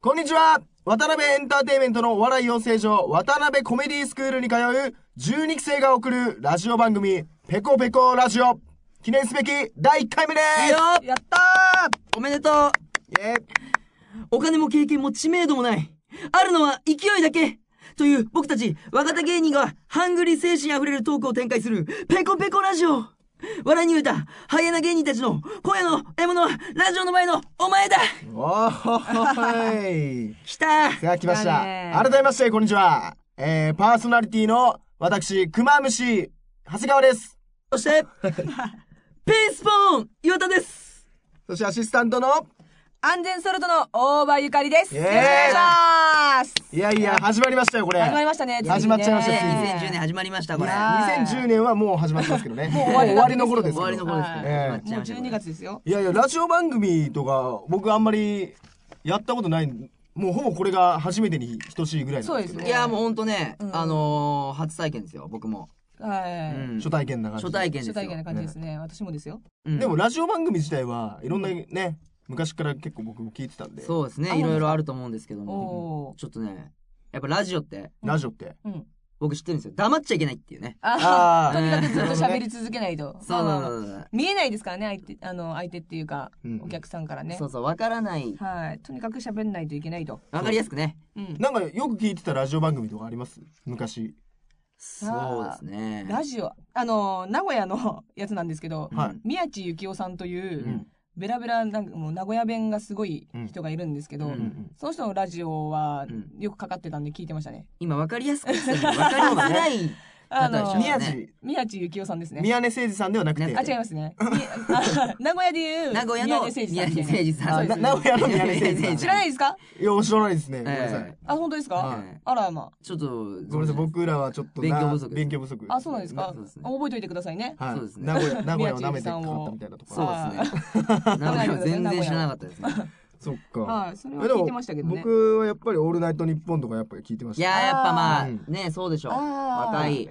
こんにちは渡辺エンターテインメントのお笑い養成所、渡辺コメディスクールに通う12期生が送るラジオ番組、ペコペコラジオ。記念すべき第1回目でいいよやったーおめでとうすイェーイお金も経験も知名度もない。あるのは勢いだけという僕たち若手芸人がハングリー精神あふれるトークを展開するペコペコラジオ笑いに歌うたハイエナ芸人たちの今夜の獲物はラジオの前のお前だおーい来たさあ来まし来たたね改めましてこんにちはえー、パーソナリティの私クマムシ長谷川ですそ して、ピースポーン岩田ですそしてアシスタントの安全ソルトの大場ゆかりです。イエーイよろしくお願いします。いやいや始まりましたよこれ始まりましたね。始まっちゃいましたついにね2010年始まりましたこれいや2010年はもう始まってますけど ねもう終わり終わりの頃です終わりの頃ですけどええ始まっちゃいましたこれもう12月ですよ。いやいやラジオ番組とか僕あんまりやったことないもうほぼこれが初めてに等しいぐらいなんですけどそうですいねやもうほんとね、うんあのー、初体験ですよ僕も、はうい。ん初体験な感じ初体験ですよ初体験な感じですね。私もですよ。うんでもラジオ番組自体はいろんなね昔から結構僕も聞いてたんでそうですあねいろいろあると思うんですけどもおー。ちょっとねやっぱラジオってラジオってうん。僕知ってるんですよ黙っちゃいけないっていうねあああ。とーにかくずっと喋り続けない と。そうまそあうまあまあそうそう見えないですからね、相手、あの、相手っていうかうん、お客さんからねそ。うそうわからないはい。とにかく喋んないといけないと。わかりやすくねうん。なんかよく聞いてたラジオ番組とかあります昔そうですねラジオ、あの、名古屋のやつなんですけど、はい宮地幸雄さんという、うんベラベラなんかもう名古屋弁がすごい人がいるんですけど、うんうんその人のラジオはうんよくかかってたんで聞いてましたね。今わかりやすくですよねわかりづ らいあだのったでし宮ょね地宮地幸雄さんですね。宮根誠司さんではなくてねあ、違いますね。みあ 名古屋でいう名古屋の宮地誠司さんみ宮地誠司たいな。さあんなそうで名古す屋の宮根誠司知さらないですかんいや知らないですねごめんなさえいえあ、本当ですか、はいあらまちょっとごめんなさい僕らはちょっとな勉強不足です勉強不足あ。あ、そうなんですかそうですねあ覚えておいてくださいね。はいそうですね名古屋名古屋を舐めてかかったみたいなとこそうかですね名古屋は全然知らなかったですねそっかはい、それはやでも聞いてましたけどね。僕はやっぱり「オールナイトニッポン」とかやっぱり聞いてましいたやーやっぱまああーねそうでしょうあー若い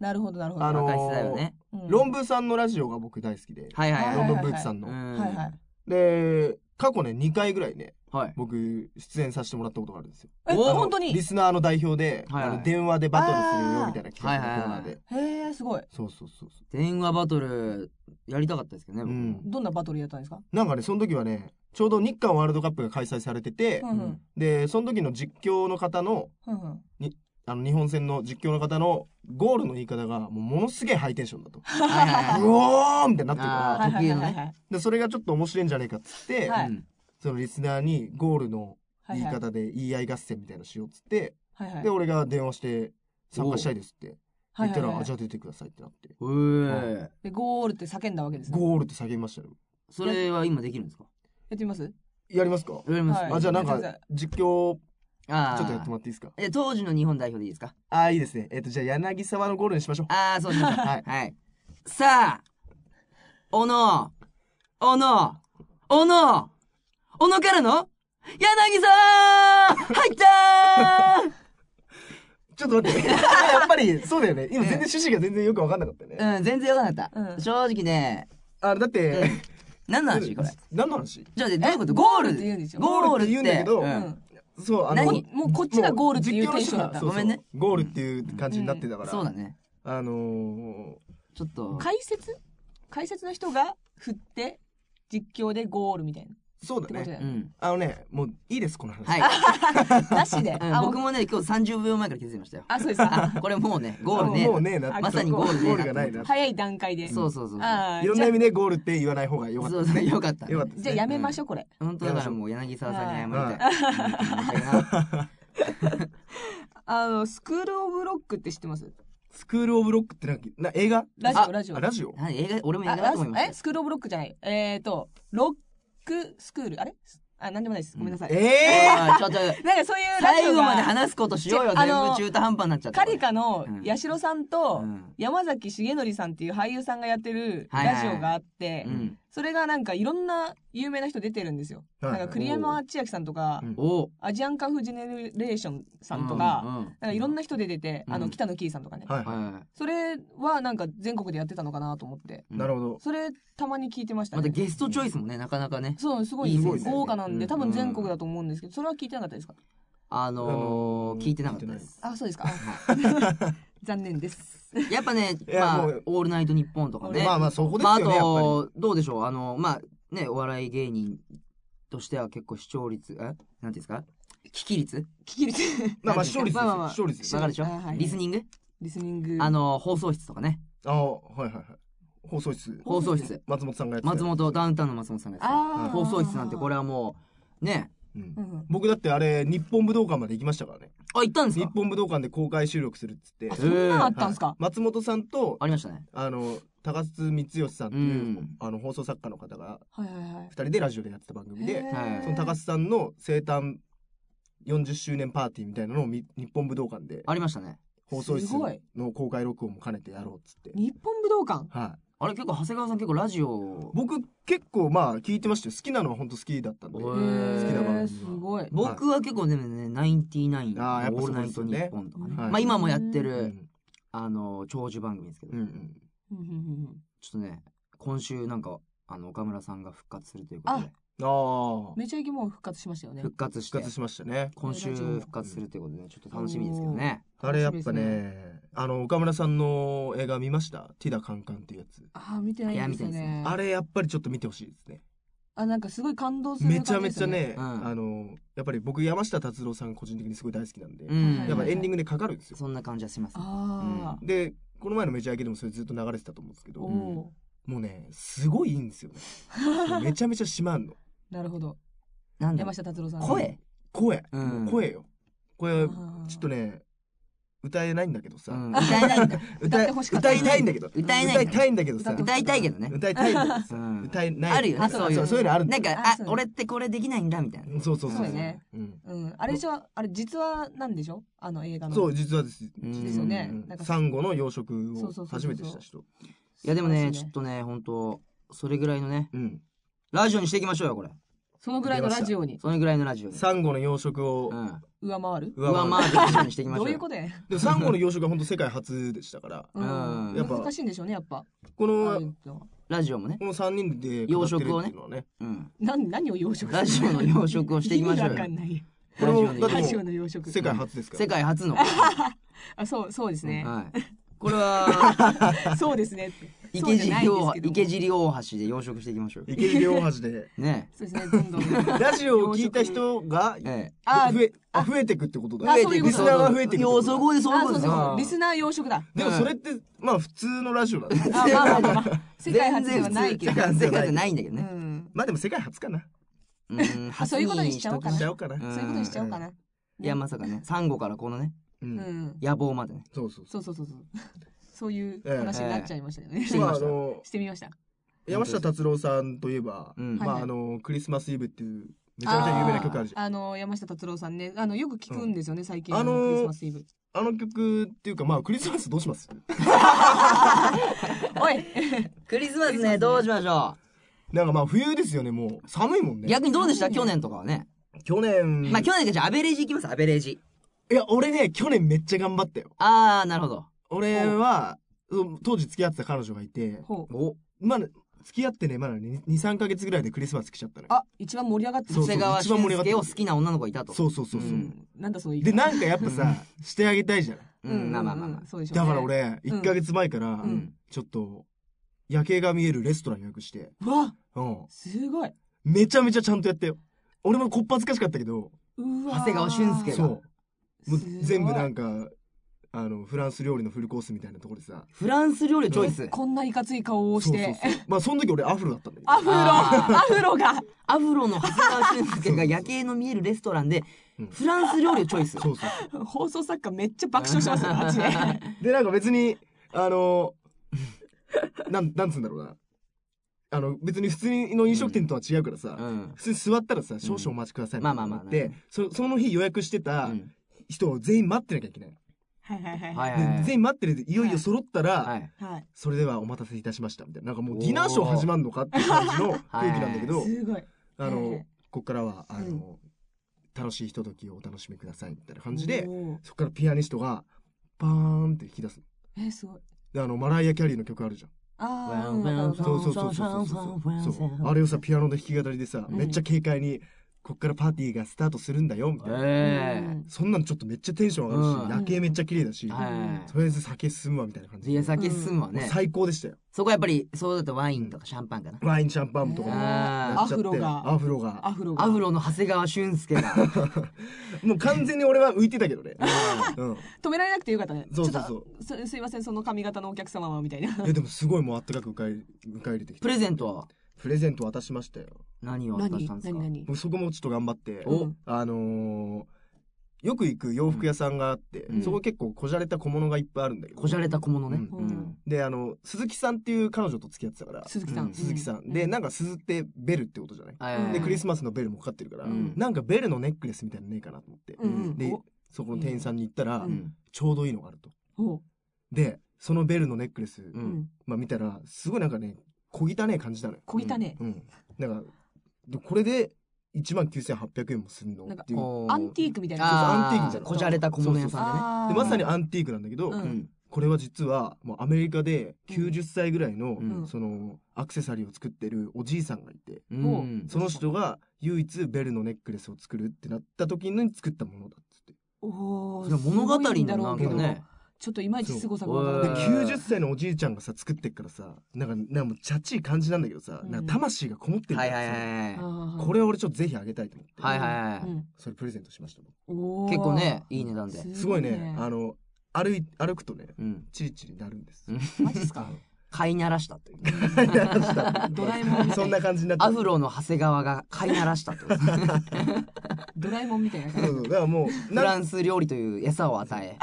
なるほど、なるほど。あの若い世代はねうん論文さんのラジオが僕大好きではいはい論はい文ブーツさんうのんはいはい。で過去ね2回ぐらいねはい僕出演させてもらったことがあるんですよえ、おー本当にリスナーの代表ではいあの電話でバトルするよみたいな企画のコーナーはいはいでへえ、すごい。そうそうそうそ電話バトルやりたかったですけどねうう僕もんどんなバトルやったんですかなんかねその時はねちょうど日韓ワールドカップが開催されててうんうん。でその時の実況の方のうんうん。あの日本戦の実況の方のゴールの言い方がもうものすげえハイテンションだと はいはいはいうおーみたいになってるあかー特有のねはいはいらでそれがちょっと面白いんじゃないかっつって、はいうんそのリスナーにゴールのはいは言いい方で言い合い合戦みたいなのしようっつって、はいはいで俺が電話して参加したいですっては言いったら、はいはいあじゃあ出てくださいってなってうーで、ゴールって叫んだわけですね。やゴールって叫びましたよそれは今できるんですかってみますやりますか、やりますはいあじゃあなんやってくかださ実況あーちょっとやってもらっていいですかえ当時の日本代表でいいですかああいいですねえっ、とじゃあ柳沢のゴールにしましょうああ、そうしましょはう。はいい。はい。さあ、おの、おの、おの、おのからの、柳沢入った ーちょっと 待ってやっぱりそうだよね今全然趣旨が全然よく分かんなかったね、うん、全然わかんなかった。うん正直ね、あれだって、うん何の話これ。ちょ何の話っと待って、どういうことゴールゴールって言うんでしょゴールって言うんだけどううんん。そうあ何もうこっちがゴールっていうテンションだったもう実況の人がそうそうごめんねゴールっていう感じになってたから、そうだね。あのー、ちょっと、解説解説の人が振って、実況でゴールみたいな。そうだってことだねようね。ん。あのねもういいですこの話、はい。 なしで。うんあ、僕もう。もね、今日30秒前から気づきましたよ。あ、そうです か。あ、これもうね、ゴールね。もうねなってまさにゴールねゴールがないな早い段階で。そうそうそう。あいーろんじゃなあ意味でゴールって言わない方がよかったそうそう、よかった。よかったですじゃあねやめましょう、これ。本当だからもう柳沢さんに謝りたい。うんあの、スクールオブロックって知ってますスクールオブロックってなんかな映画ラジあオ、ラジオ。あラジオはい映画、俺も映あ画だと思いまラジオえしスクールオブロックじゃない。えーと、ロックスクール。あれあ、なんでもないです。ごめんなさい。た。えおいちょっと、なんかそういうラジ最オ後までが、話すことしようよ。ちょあ全の部中途半端になっちゃった。カリカのうん八代さんとうん山崎重則さんっていう俳優さんがやってるはいはいラジオがあってう、ん。それがなんかいろんな有名な人出てるんですよ。はいなんか栗山千明さんとか、うんおアジアンカフジェネレーションさんとか、うんうんなんかいろんな人出てて、うんあの北野キーさんとかね、はいははそれはなんか全国でやってたのかなと思って、いい。なるほほど。それたまに聞いてましたまたね。ゲストチョイスもねなかなかねそうすごいいいですね豪華なんで、多うん分全国だと思うんですけど、それは聞いてなかったですかああののー聞いてなかったですあ、そ うですか。残念です。 やっぱねいやまあもう「オールナイトニッポン」とかねまあまあそこですまあ、よあね、やっぱり。と、どうでしょうあの、まあ、ね、お笑い芸人としては結構視聴率、えなんていうんですか聞き率聞き入れて、まあまあなんて視聴い率うですかまあまあまよ。あ視聴率ですわかるでしょあはいリスニングリスニング。あの、放送室とかね。ああ、はいはいはい。放送室。放送室。松本さんがやってた松本、ダウンタウンの松本さんがやってた。あー放送室なんてこれはもう、ね。うんう。ん僕だってあれ、日本武道館まで行きましたからね。あ、行ったんです日か本武道館で公開収録するっつって。あ、そんなのあったんすはかい松本さんと、ありましたね。あの、高津光義さんっていう、うんあの、放送作家の方が、はいはいはい二。人でラジオでやってた番組で、はいその高須さんの生誕40周年パーティーみたいなのをみ日本武道館でありましたね。放送室すごいの公開録音も兼ねてやろうっつって、日本武道館はい、あれ結構、長谷川さん結構ラジオ、僕結構まあ聞いてましたよ好きなのは本当好きだったんでへー好きな番組はへーすごい。 僕は結構ね、ね、ナインティナイン、オあーやっぱーそルこナでイすトよニねッポンとかね。はいまあ今もやってうる、んあの、長寿番組ですけどうんう。んうんうんうんちょっとね、今週なんか、あの、岡村さんが復活するということで、ああめちゃイケもう復活しましたよね。復活して復、活しましたね今週復活するということで、ちょっと楽しみですけどね。あれやっぱ楽しみねですあの岡村さんの映画見ましたティダカンカンっていうやつあー見てないんですよいや見てね。あれやっぱりちょっと見てほしいですねあ、なんかすごい感動するめ感ちゃじめですちゃよね。ね、うんあのやっぱり僕山下達郎さんが個人的にすごい大好きなんで、うん。やっぱエンディングでかかるんですよそんな感じはしますね。ああ。でこの前のメジャー明けでもそれずっと流れてたと思うんですけどおもおうねすごいいいんですよねそうめちゃめちゃしまんのー。 なるほど。なんだろ山下達郎さんうの。声声、うん声よこれちょあーっとね歌えないんだけどさ、うん歌えないんだ。歌ってほしかった歌いたいんだけど歌えないんだ歌いたいんだけどさ歌いたいけどね。歌いたいんだけどうさん歌えないあるよね、あそうそういそうう。そういうのあるなんか、ああそう、ね俺ってこれできないんだ、みたいな。そうそうそうそうよねうんうん。あれじゃ、あれ実はなんでしょあの映画の。そう実はですうんですよねうんなんかサンゴの養そ殖うそをうそうそう初めてした人いや、でも素晴ね、らしちいょっとね、本当それぐらいのね、うんラジオにしていきましょうよ、これ。そのぐらいのラジオにそれぐらいのラジオに。サンゴの養殖をうん。上回る上上回る回るラジオにしていきましょどううよ。いうことやねでもサンゴの養殖は本当世界初でしたからううんん。やっぱ難しいんでしょうね、やっぱ。こあのあいうのはラジオもね。この3人で語ってるっていうのはねうん。なん何を養殖するラジオの養殖をしていきましょ意う味わよか。んない。これもラジオのだってラもジオの養殖。世界初ですか世ら界初の。あ、そう、そうですね。はい。これ は、そうですねって。池そうじゃな尻いん大橋、ですけども池尻大橋で養殖していきましょうよ。池尻大橋 でねそうですね、ど んどん。ラジオを聞いた人がえ。えあ増えあ増えてくってことだあそういうことリスナーが増えてくってこよ、とそこでそういうあ、こそとうそですうそよう。リスナー養 殖だ。でもそれってまあ普通のラジオだね あ、まあまあまあまあ。世界初ではないけど世。界初ではないんだけどうね。ん。まあでも世界初かなうんあそういうことにしちゃおうかなしちゃおうかなうんそういうことにしちゃおうかな。いや、まさかね、サンゴからこのね、ううんん。野望までね。そうそうそそうそうそう そう。そういう話になっちゃいましたよね。うええまはあいあの してみました。山下達郎さんといえばうん。はいまああのクリスマスイブっていうめちゃめちゃ有名な曲あるじゃんあの、山下達郎さんね、あの、よく聞くんですよね、最近。あのークリスマスイブ。あの曲っていうかまあクリスマスどうします おいクリスマスね、どうしましょなんかまあ冬ですよねもう寒いもんう。ね逆にどうでした去年とかはね。去年まあ、去年でじゃあアベレージいきます、アベレージ。いや俺ね去年めっちゃ頑張ったよあー、なるほど。俺はそう当時付き合ってた彼女がいてほう。お、まあ付き合ってねまだ23か月ぐらいでクリスマス来ちゃったのよあ、一番盛り上がってそ長うそう谷川一番盛り上が俊って介るを好きな女の子がいたと。そうそうそうそう、うんなんだその言いで方なんかやっぱさしてあげたいじゃんうん、まあまあまあまあ。そうでしょうねだから。俺うん1か月前からんちょっと夜景が見えるレストラン予約して、うわうん、すごい。めちゃめちゃちゃんとやったよ俺もこっぱずかしかったけどうわー長谷川俊介がそうもうすごい全部なんかあのフランス料理のフルコースみたいなところでさフランス料理をチョイス。こんないかつい顔をして。そうそうそうまあその時俺アフロだったんだけどアフロあアフロがアフロの長谷川俊介が夜景の見えるレストランでうん、フランス料理をチョイス。そうそうそ放送作家めっちゃ爆笑しま すよ、マジで。うでなんか別にあのなんなんつうんだろうなあの別に普通の飲食店とは違うからさ、うん。普通に座ったらさ少々お待ちくださいまあまあまあでそその日予約してたうん人を全員待ってなきゃいけないはいはいはい。はいはいはい全員待ってるんでいよいよ揃ったら、はいはい。それではお待たせいたしましたみたいななんかもうディナーショー始まるのかっていう感じ の雰囲気なんだけど、すごい。あはのいここからはあの、う楽しいひとときをお楽しみくださいみたいな感じでおー。そこからピアニストがバーンって弾き出すえー、すごい。であのマライア・キャリーの曲あるじゃんあわあ、んわんわかるわかるそうそうそうそうそうそうそうあれをさピアノの弾き語りでさ、うんめっちゃ軽快にこっからパーティーがスタートするんだよみたいな、ええそんなのちょっとめっちゃテンション上がるし、うん夜景めっちゃ綺麗だし、はいとりあえず酒進むわみたいな感じで家先進むわね、最高でしたよそこはやっぱりそうだとワインとかシャンパンかな、ワインシャンパンとかもあやーっちゃってアフロがアフロがアフロが。アフロの長谷川俊介がもう完全に俺は浮いてたけどね、うん、止められなくてよかったね。そうそうそうちょっとすすいません、その髪型のお客様は、み たいな。えでもすごいもうあったかく迎え迎え入れてきプてレゼントはプレゼント渡しましたよ何を渡何したんですか何何僕そこもちょっと頑張っておうんあのーよく行く洋服屋さんがあって、うんそこ結構こじゃれた小物がいっぱいあるんだけどこじゃれた小物ね、うんであの鈴木さんっていう彼女と付き合ってたから鈴木さうんん。鈴木さん、うでなんか鈴ってベルってことじゃない、はいんでクリスマスのベルもかかってるから、うんなんかベルのネックレスみたいなのねえかなと思って、うんうん。でおそこの店員さんに行ったら、うんちょうどいいのがあるとおでそのベルのネックレス、ううんん。まあ見たらすごいなんかね小汚ねえ感じなのよ小汚ね。うん。なんか、でこれで1万9800円もすんのなんかっていう。おアンティークみたいな。ああそうそうアンティークみたいなこじゃれた小物屋さあーで、まさにアンティークなんだけど、うんでねこれは実は、もうアメリカで90歳ぐらいの、うんその、アクセサリーを作ってるおじいさんがいて、うもうんその人が唯一ベルのネックレスを作るってなった時に作ったものだっつって。おーそれは物語すごいんだのろなうんけかどねちょっといまいち凄さがわへで、からーない。 90歳のおじいちゃんがさ、作ってっからさ、なんか、なんかもう、チャチい感じなんだけどさ、うんなんか魂がこもってるかはらいさ、はいはいはこれ、れ俺ちょっとぜひあげたいと思って、はいはいはいうんそれプレゼントしました。おー結構ねいい値段で、すごいね、あの、歩い、歩くとね、うん、チリチリなるんです。マジっすか。飼いならしたという ドラえもんみたそいんなな。感じになってアフロの長谷川が飼いならしたというドラえもんみたいなそう感そうだからもうフラなンス料理という餌を与え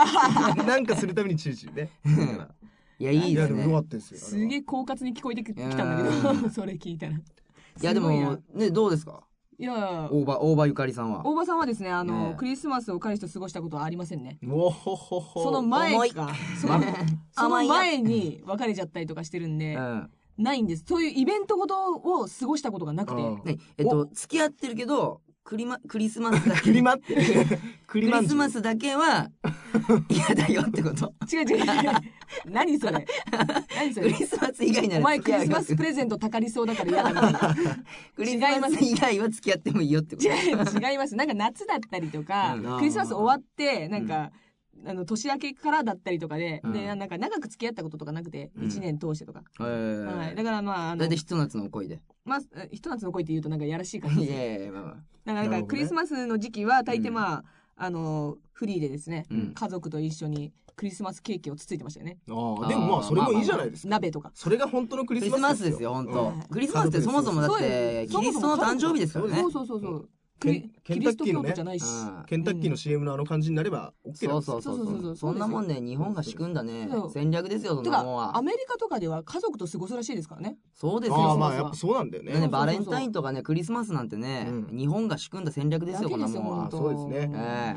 なんかするためにチリチリねだから いやいいですやもよねかったですじ。よすげええ狡猾に聞こえてきたんだけど、 それ聞いたら。いいやでもすごいなねどうですかや、大場大場ゆかりさんは大場さんはですね、あねの、えクリスマスを彼氏と過ごしたことはありませんね。おほほほその前か、そのその甘いや前に別れちゃったりとかしてるんでう、んないんです。そういうイベントごとを過ごしたことがなくて、うんねえっと付き合ってるけどクリマクリスマ スだけクリマってククリマンリジスュマスだけは嫌だよってこと違う違う違う。 何それ。何そクれリ。スマス以外ならお前付クき合リうスよマスプレゼントたかりそうだから嫌だな。クリスマス以外は付き合ってもいいよってこと 違う違います。なんか夏だったりとかうん、クリスマス終わって、なんか、あの、年明けからだったりとかで、うんで、なんか長く付き合ったこととかなくて、うん1年通してとか。えーはい。だからまあ、あだのいた、いひと夏の恋でまあ、ひと夏の恋って言うとなんかやらしい感じいでやいやいやまあまあだかならなるほんかどクねリスマスの時期は大抵まあ、あの、フリーでですねうん、家族と一緒にクリスマスケーキをつついてましたよね。ああでもまあそれもいいじゃないですか鍋とか。それが本当のククリリススママススですよ本当はいクリスマスってそもそもだっそうでてすキリストの誕生日ですからねそうそうそうそう。クケンリケンタキリッストキーの教ね徒じゃないし。うんケンタッキーの CM のあの感じになれば OK そなんうですそうそうそうそそうそううそんなもんね日本が仕組んだねそう戦略ですよそんてなもんか、アはメリカとかでは家族と過ごすらしいですからね。そうですああよまあやっぱそうなんだよねねそうバレンタインとかねクリスマスなんてねうん日本が仕組んだ戦略ですよこんなもんあはだそうですねえ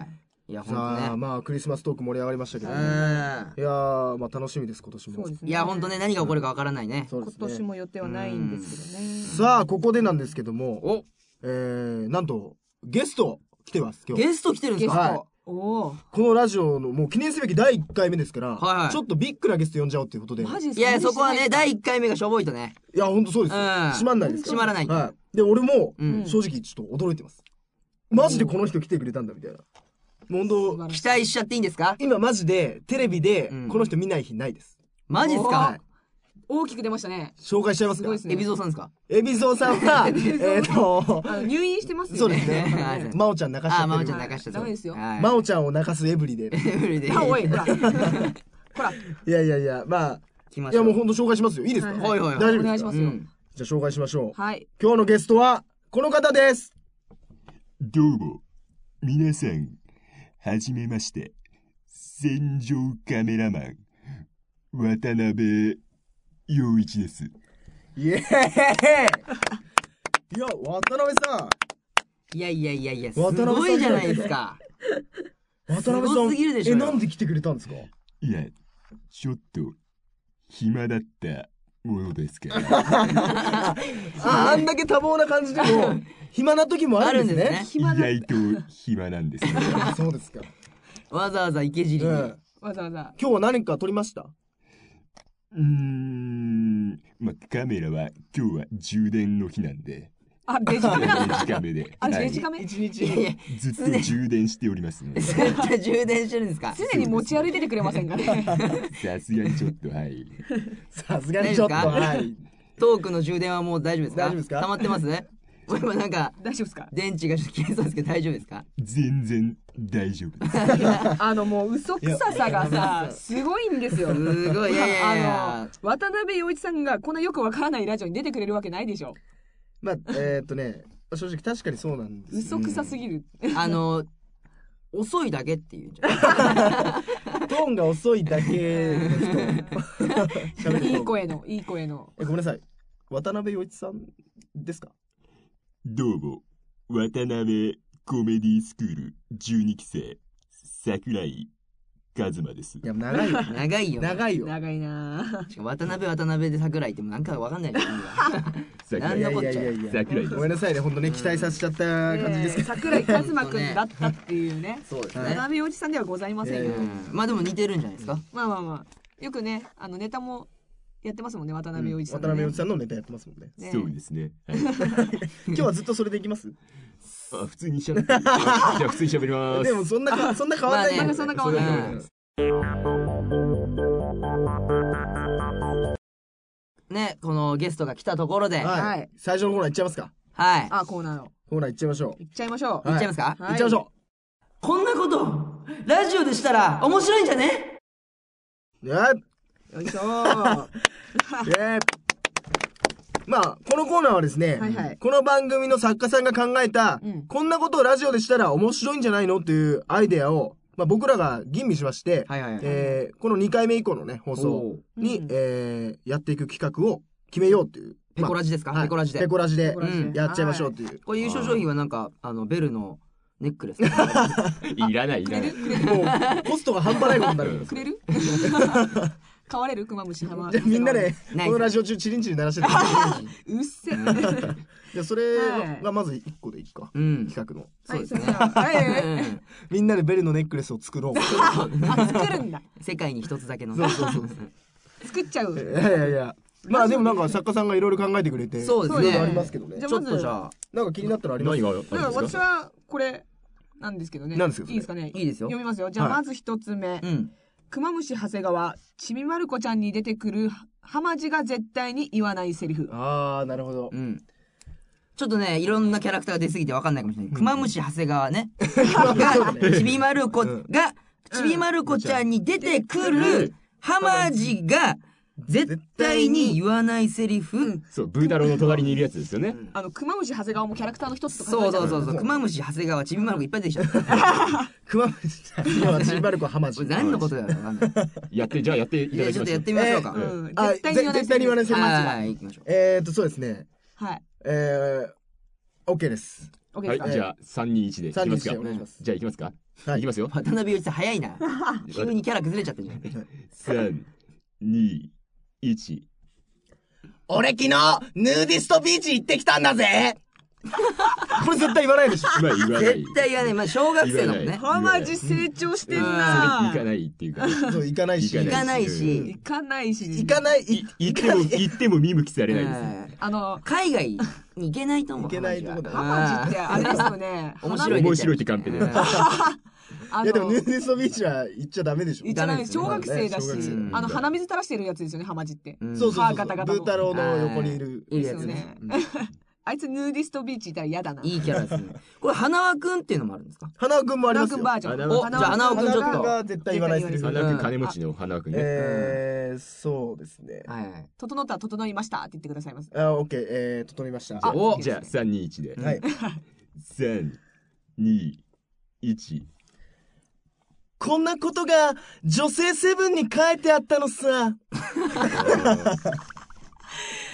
えいや本さあ当ねまあクリスマストーク盛り上がりましたけどうんいやーまあ楽しみです今年もそうですね。いや本当ね何が起こるかわからないねそうで今すね年も予定はないんですけどね。さあ、ここでなんですけども、おえー、なんと、ゲスト来てます、今日。ゲスト来てるんですはいかおお、このラジオの、もう記念すべき第1回目ですから、はいはいちょっとビッグなゲスト呼んじゃおうということで。マいジですいやいやそこはね大第1回目がしょぼいとねや、ほんとそうですよ。うん閉まんないです閉まらないはい。で、俺も、うん正直ちょっと驚いてます。マジでこの人来てくれたんだ、みたいな。もうほんと、期待しちゃっていいんですか今マジで、テレビでうん、この人見ない日ないです。マジですか大きく出ましたね。紹介しちゃいますすかごいですね。海老蔵さんですか。エビゾーさんは、えーと、あの入院してますそようでね。す ね真央ちゃん泣かしちゃあってーまおるちゃん泣かしたダメですよはい 真央ちゃんを泣かすエブリで。エブリデイあおい、ほら。ほら、いやいやいや、まあ、来まいしやたもうほんと紹介しますよ。いいですかはいはいはい大丈夫ですかお願いしますうよ。んじゃあ紹介しましょう。はい。今日のゲストは、この方です。どうも、皆さん、はじめまして。戦場カメラマン、渡辺陽一です。イエーイいや、渡辺さん。いやいやいやいや、す渡辺さんごいじゃないですか。渡辺すさごんすぎるでしょえうよなんで来てくれたんですかいや、ちょっと、暇だったものです から。ああんだけ多忙な感じでも暇な時もあるんですねあるんですね意外と暇なんですね。 あそうですか、わざわざ池ええ尻に。わざわざ。今日は何か撮りましたうーん、まあ、カメラは今日は充電の日なん で、あ、デジカデメ なんジだ。カメで、あ、はいデジカメすいやいや、ずっと充電しております ので、ずっと充電してるんですか。でに持ち歩いててくれませんかね。 さすがにちょっと、はい。さすがにちょっと大丈夫ですはかいトークの充電はもう大丈夫ですか大丈夫ですか溜まってますね。もう今なんか、大丈夫ですか電池がちょっと切れそうですけど大丈夫ですか全然大丈夫です。あのもう嘘くささがさ、すごいんですよ。すごい、いやいやいあやの。、渡辺陽一さんがこんなよくわからないラジオに出てくれるわけないでしょ。まあえーっとね正直確かにそうなんです嘘くさすぎる。あの、遅いだけっていうんじゃないトーンが遅いだけの人喋るいい声の、いい声の。えごめんなさい渡辺陽一さんですかどうも、渡辺コメディスクール12期生、桜井和馬です。いや長いよね長いよ。長いよ長いなしかも渡辺渡辺で桜井ってもうなんかわかんないじゃん。桜い井やいやいやい桜井でごめんなさいね本当ね期待させちゃったぁ。感じですけねど、桜井和真くんだったっていうね。そうです渡ね。辺陽一さんではございませんいよやい。うんまあでも似てるんじゃないですか。まあまあまあ。よくね、あのネタもやってますもんね、渡辺陽一さん渡ね。辺陽一さんのネタやってますもんねねそうですね。 はい、今日はずっとそれでいきますあ普通にしゃべって。じゃあ普通にしゃべります。 でもそんなかそんな変わらないまあねよそんな変わらないうんね、このゲストが来たところで、はい、はい最初のコーナーいっちゃいますかはい。あ、コーナーを。コーナーいっちゃいましょういっちゃいましょう。は行っちゃいますかいっちゃいましょこんなこと、ラジオでしたら面白いんじゃねうイェイよいしょー。イェイまあこのコーナーはですね、はいはいこの番組の作家さんが考えた、うんこんなことをラジオでしたら面白いんじゃないのというアイデアを、まあ、僕らが吟味しまして、はいはいはいえーこの2回目以降のね放送に、おーうんえーやっていく企画を決めようというペコラジですか、まあペコラジで。ペコラジでペコラジでうんやっちゃいましょうという、これ優勝商品はなんか、あの、ベルのネックレス。はいらない、いらない。もうコストが半端ないことになるん ですくれる 買われるク マムシ。じゃあみんなで、ないこのラジオ中チリンチリン鳴らしてるうっせ。じゃあそれはいがまず1個でいいかうん。企画のそうですねね。はいはいはいうんみんなでベルのネックレスを作ろうあ、作るんだ。世界に一つだけの。そうそうそう作っちゃ。いうやいやいやまあでもなんか作家さんがいろいろ考えてくれてそうですねいろいろありますけどねじゃ あちょまっずとじ、ゃあ、なんか気になったらあります何があるでんもです私かはこれなんですけどね。何ですかそれいいですかね。いいですよ読みますよ。じゃあはいまず一つ目う。ん。クマムシ長谷川、ちびまる子ちゃんに出てくるハマジが絶対に言わないセリフ。ああなるほどうん。ちょっとね、いろんなキャラクターが出すぎてわかんないかもしれない。クマムシ長谷川ね。が、ちびまる子が、ちびまる子ちゃんに出てくる、ハマジが、絶対に言わないセリフ。そう、ブー太郎の隣にいるやつですよね。あの、クマムシ長谷川もキャラクターの一つと考そえうちゃそううそうそう。クマムシ長谷川、ちびまる子いっぱい出てきちゃった。こ熊本今はちんばる子はまじれ 何のことだろうわかんない。やって、じゃあやっていいただや、きちょまっとしやょっう。てみましょうか。うんあ絶対に言わないセリフ絶対に言わないセリフはい、行きましょう。えーとそうですねはい。えー OK です OK ですはいか、じゃあ3、2、1でいき3ま人すしてかお。願いしますじゃあいきますか。はいいきますよ。渡辺陽一さん早いな。急にキャラ崩れちゃってるじゃん。 3、2、1。俺昨日ヌーディストビーチ行ってきたんだぜこれ絶対言わないでしょまあ言わない。絶対言わない。まあ、小学生だもん言わねな。ハマジ成長してんそれな行かないっていうか。 そう行かないし行行かないし行。かないし。行かないいい行っても、行っても見向きされないですね。うんあの、海外に行けないと思う。行けないと思うハマジってあれですよね。面花白い見ね。面白いってカンペでうんあいやでもヌーディストビーチは行っちゃダメでしょ言っちゃないです。小学生だしそうですね小学、生あの、鼻水垂らしてるやつですよね、ハマジって。うんそうそうそうガタガタブーの太郎の横にいるいるでやすつよね。ね。あいつヌーディストビーチいたら嫌だ な。いいキャラですね。これ、花輪くんっていうのもあるんですか花輪君もありま花輪すくよんバージョン。おじゃあ花輪くんちょっと花輪君が絶対言わないセリ花フ輪君金持ちの花輪君ね。えーそうですねはいはい。整ったら整いましたって言ってくださいます。あオッケーえー整いましたじゃあおじゃあ3、2、1で。はい3、2、1。こんなことが女性セブンに書いてあったのさ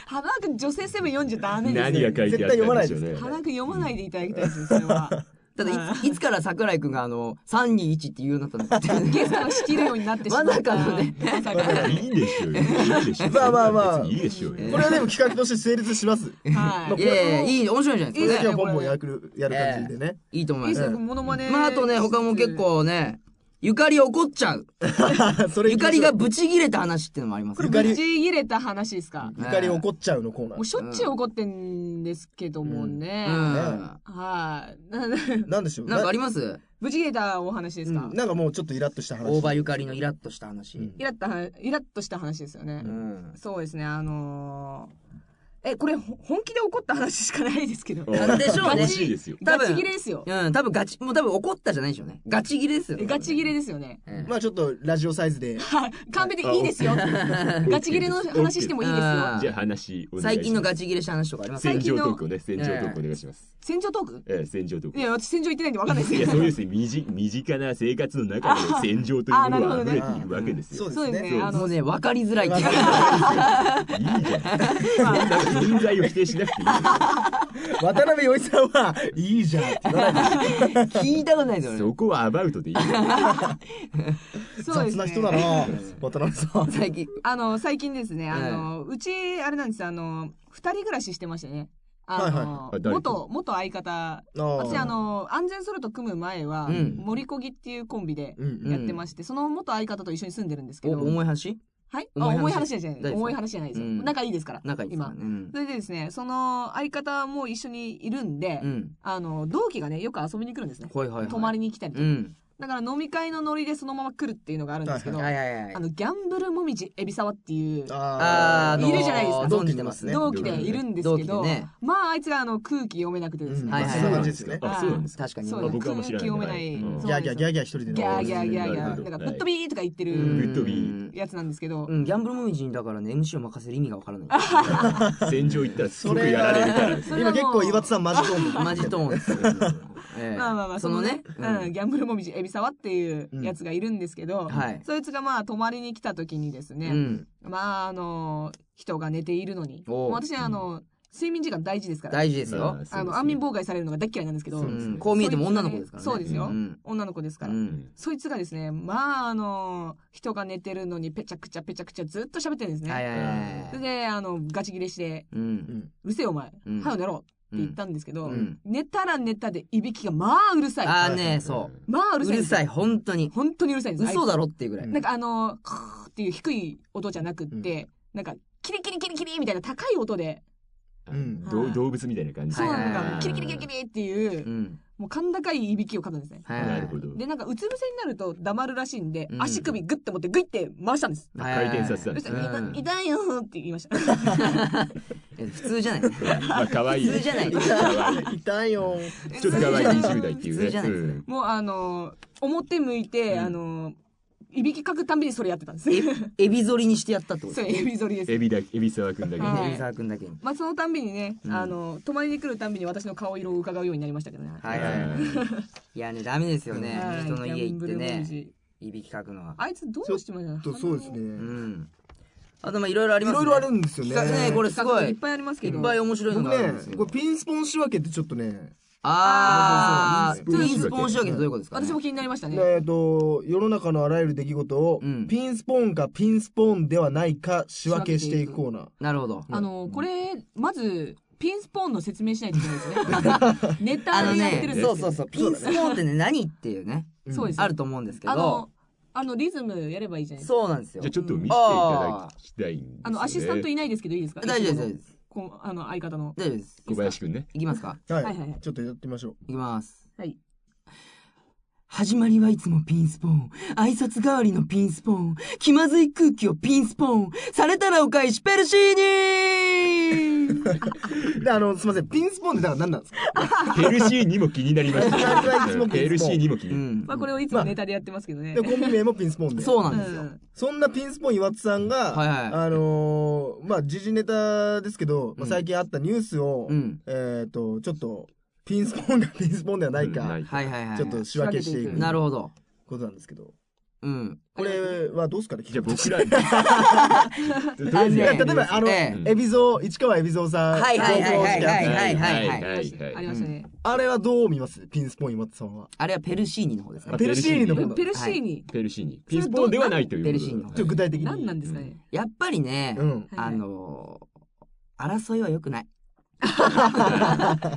花輪くん女性セブン読んじゃダメですよ。何が書いてあったんでしょうね。 花輪くん読まないでいただきたいですね、それは。ただいつ、いつから桜井くんがあの、321って言うようになったのかってゲストが仕切るようになってしまった。まさかのねまさか。まあいいでしょうよ。いいでしょうよ。まあまあまあ別にいいでしょうよ。これはでも企画として成立します。はいいやいや、いい、面白いじゃないですいいかねです今よ。日ポンポンやる、やる感じでね。いいと思いいいま。ですすよ、モノマネ。まあ、あとね、他も結。構ね、ゆかり怒っちゃう。 それゆ行きましかょりうがブチギレた話っていうのもありますこれ、ね。ぶち切れた話ですか。ゆかり怒っちゃうのコーナもうー。しょっちゅう怒ってんですけどもねう。ん。はい。ななんでしょうなんかありますぶち切れたお話ですうかん。なんかもうちょっとイラッとした話。大場ゆかりのイラッとした話。んイラッとは、イラッとした話ですよねう。ん。そうですね、あのー、え、これ、ほ本気で怒った話しかないですけど。なんでしょうね楽しいですよ。多ガ分チ切れですよ。うん、多分ガチ、もう多分怒ったじゃないでしょうね。ガチギレですよね。ガチ切れですよね。うん。まあちょっとラジオサイズで。はい完璧でいいですよ。ガチ切れの話してもいいですあよ。じゃあ話お願いします。最近のガチギレした話とかあります戦最近場のトークをね、戦場トークお願いします。戦場トークええ、戦場トークい。や、私戦場行ってないんでわかんないですいけや、ど。そういうですね、身近身近な生活の中であ戦場というものは溢れていくわけですそよ。うでそうすですね。ね。あものう、ね、分かりづらいってい うわいいじゃん。か人材を否定しなくていい。渡辺陽一さんは、いいじゃんって言わない聞いたことないですよね。そこはアバウトでいいよ。そう雑ですねな人だな渡辺さん。最近。あの、最近ですね、あの、うち、あれなんですよあの、二人暮らししてましてね。あの、はいはいはい元、元相方。私、あ、の、安全ソルト組む前は、うん森こぎっていうコンビでうんうん。んやってまして、その元相方と一緒に住んでるんですけお、ど。重い話はいあ重重いい話話じゃな大丈い夫です重い話じゃないですよ。うん仲いいですから。仲いいですからね。うんそれでですね、その相方も一緒にいるんで、うん。あの、同期がね、よく遊びに来るんですね。はいはいはい。泊まりに来たりとうか。ん。だから飲み会のノリでそのまま来るっていうのがあるんですけど、はいはいはいあ。の、ギャンブルもみじエビサワっていうああーーいるじゃないですか存じてますね同期でいるんですけど、同期でねまあ、あいつがあの空気読めなくてですうんね。まはいあはいそんな感じですね。 あ、そうなんですか。確かに。そうまあです僕はあんま知らない空気読めない。うんそうギャなんーギャですーギャーよギャー一人での。ギャーギャーギャーギなャるー。ほどだから、はぶいっ飛びーとか言ってうグんッるドビーやつなんですけど、うん、ギャンブルもみじにだからね、MC を任せる意味がわか らない。戦場行ったらすそごくれやられるからはです。今結構岩田さんマジコンボマジトーンですよ。ええまあまあまあ、そのね、ううんん、ギャンブルもみじエビサワっていうやつがいるんですけど、はいそいつがまあ泊まりに来た時にですうね、ん。まああの人が寝ているのに、おうもう私はあの、睡眠時間大事ですから、大事ですよ。あの安眠妨害されるのが大っ嫌いなんですけど、そううですねんこう見えても女の子ですからね。そうですようん。女の子ですうから。んそいつがですね、まああの人が寝てるのにぺちゃくちゃぺちゃくちゃずっと喋ってるんですね。はいはいはいそれはい。であのガチ切れしてう。うんん「うるせえお前、うんはよ寝ろ」って言ったんですけど、うん寝たら寝たでいびきがまあうるさい。ああね、そまあうう。うるさいんるですよさい、本当に。本当にうるさいんです嘘だろろっていうぐらい。うんなんかあのカーっていう低い音じゃなくって、なんかキリキリキリキリみたいな高い音で、うんどう動物みたいな感じ。そうなんはいはいはいかキリキリキリキリっていう、うん。もう甲高いいびきをかくんですねはいはいなるほど。でなんかうつ伏せになると黙るらしいんで、うん足首グッて持ってグイって回したんです、はいはいはい回転させたんでそしすね。たらうん痛痛いよーって言いました え普通じゃない。まあ可愛い。普通じゃない可愛い。痛いよ。ちょっと可愛い20代っていうね。普通じゃないですうねんもうあの表向いて、あのいびきかくたんびにそれやってたんですエビ反りにしてやったってこ そとれエビ反りですエビだ、エビ沢くんだけどはね。い海老沢くんだけに。まあそのたんびにね、うんあの泊まりに来るたんびに私の顔色を伺うようになりましたけどね、はいはいはい。いやね、ダメですよねはい。人の家行ってギャンブルもみね、じいびきかくのは。あいつどうしてましたとそうですうね。ん。あとまあいろいろありいますねろいろあるんですよ企画ね、ね。これすごい。いいっっぱいありますけど。ぱい面白いの僕があるんですね、こよれ。ピンスポン仕分けってちょっとね、あそうそー、うピンスポン仕分けってどういうことですかね私も気になりましたね。えっと、世の中のあらゆる出来事をうんピンスポーンかピンスポーンではないか仕分けしていくコーナー。なるほど。あの、これ、まず、ピンスポーンの説明しないといけないです ね。ネあタのでやってるねん、ですそうそうそう、ピンスポーンってね、何っていうね、そうです。あると思うんですけあどの、、あの、リズムやればいいじゃないですか。そうなんですよじゃあ。ちょっと見ていただきたいんですよね。あの、アシスタントいないですけどいいですか大丈夫です、大丈夫です。こうあの、相方の。大丈夫です。小林くんね。いきますかははいはいはいい。ちょっとやってみましょう。いきます。はい。始まりはいつもピンスポーン。挨拶代わりのピンスポーン。気まずい空気をピンスポーン。されたらお返し、ペルシーニで、あの、すみません。ピンスポーンってだから何なんですかペルシーにも気になりましこれはいた。つもピンスポーンペルシーにも気うに。んま。あ、これをいつもネタでやってますけどねで、。コンビ名もピンスポーンで。そうなうんですよ。ん。そんなピンスポーン岩田さんが、はいはいあのーまあ、時事ネタですけど、まうあ、ん最近あったニュースを、うんえっ、と、ちょっと、 ピンスポーンかピンスポーンではないか、うんないはいはいはい。ちょっと仕分けしてい仕分けていくくなるほど。ことなんですけど。うん。これはどうすかねじゃあ 僕らに。あのねいや例えば、あの、ええ海老蔵、市川海老蔵さん、はいはいはいはい造造はい事件はいはいははいい。はいありましたね。あれはどう見ますピンスポイン、岩田さんは。あれはペルシーニの方ですねあ。ペルシーニのペルシーこニと。ペルシーニ。ペルシーニ。ピンスポーンではないということペルシーニのちょっと具体的に。何なんですかね。やっぱりねう、ん。はいはいあのー、争いは良くない。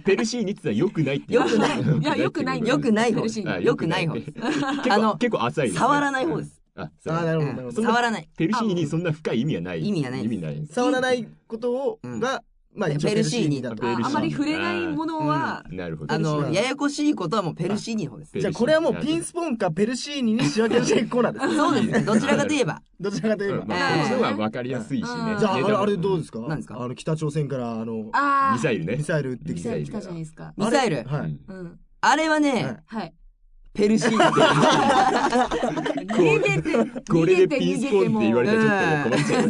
ペルシーニって言ったら良くないって良くない良いや、よくない。よくない方ペルシーニはい良くない方です。結あ構の結構浅いですね。触らない方です。あ、あそうーなるうほど、なるんほど。触らない。ペルシーニにそんな深い意味はない。意味はない意味ない。触らないことを、うんが、まあ、一応ペルシーニペルだペと。ルシーニああまり触れないものは、なるほど。あペルシーの、ニややこしいことはもうペルシーニの方です。ペルシーニじゃあ、これはもうピンスポンかペルシーニに仕分けしていくコーナーです。そうですね。どちらかといえば。どちらかといえば。まじあ、ゃこえっえちの方が分かりやすいしねう。んあ、あれ、あれどうですか何ですかあの、北朝鮮から、あの、ああ、ミサイルねミ。サイル撃ってミきサて。イ来ルたじゃないですか。ミサイル。はうい。んうん。あれははねい、はい。ペルシーニっていう。逃げて、こ逃れげでて、ピン逃スげポてーンって言われたも。らちょっと困っちゃいます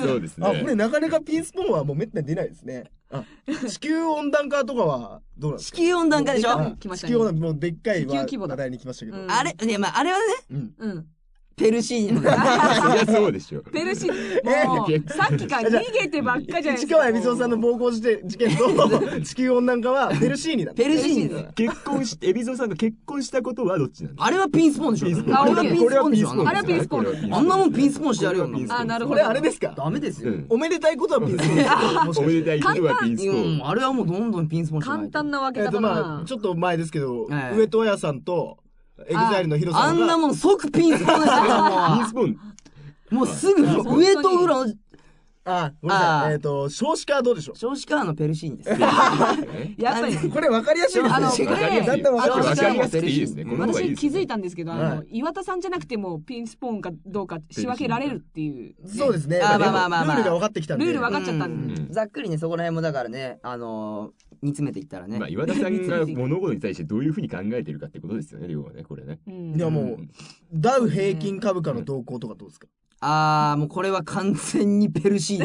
ね。そうですあ、これね。なかなかピンスポンはもうめったに出ないですね。あ、地球温暖化とかはどうなんです地か球温暖化でしうょん来まし地たね球温暖化、もうでっかい地球規模話だ題に来ましたけどう。んあれ、いや、まあ、あれはね、うん。うん。 ペルシーニの方です。そりゃそうでしょ。ペルシーニ、もう、さっきから逃げてばっかじゃないです市か。川海老蔵さんの暴行事件事件と 地球温暖化はペルシーニだ。ペルシーニです。結婚し、海老蔵さんが結婚したことはどっちなんですかあれはピンスポンでしょピンスポンあれはピンスポンでしょあれはピンスポンこれはあんなもんピンスポンしてやるよこれはピンスポンあ、なるこほれど。あれですかダメですうよ。んおめでたいことはピンスポンですかもしおかめしてでたいことはピンスポうんーン。あれはもうどんどんピンスポンしてないと簡単なわけえっだとかまあらち。ょっと前ですけど、ええ上戸彩さんとエグザイルのヒロあさんんながもん即ピンスポンですよ、ピもンスポーン。う。もうすぐ、上と裏のあごめんなさあいあえっと少子化はどうでしょ少子化のペルシーニです。やっぱり、うこれ分かりやすいですあねのわかりやすい。だったらわわかるかりやすくていいですね。この方がい私いです気ね。づいたんですけど、あはの、岩田さんじゃなくてもピンスポーンかどうか仕分けられるっていう、そうですねああでもまあまあまあまあルールが分かってきたんでルール分かっちゃったうんんで。うんざっくりね、そこら辺もだからね、あのー、煮詰めていったらねまあ、。岩田さんが物事に対してどういうふうに考えてるかってことですよね、両方ね、これね。うんいやもうダウ平均株価の動向とかどうですかあー、もうこれは完全にペルシーニ。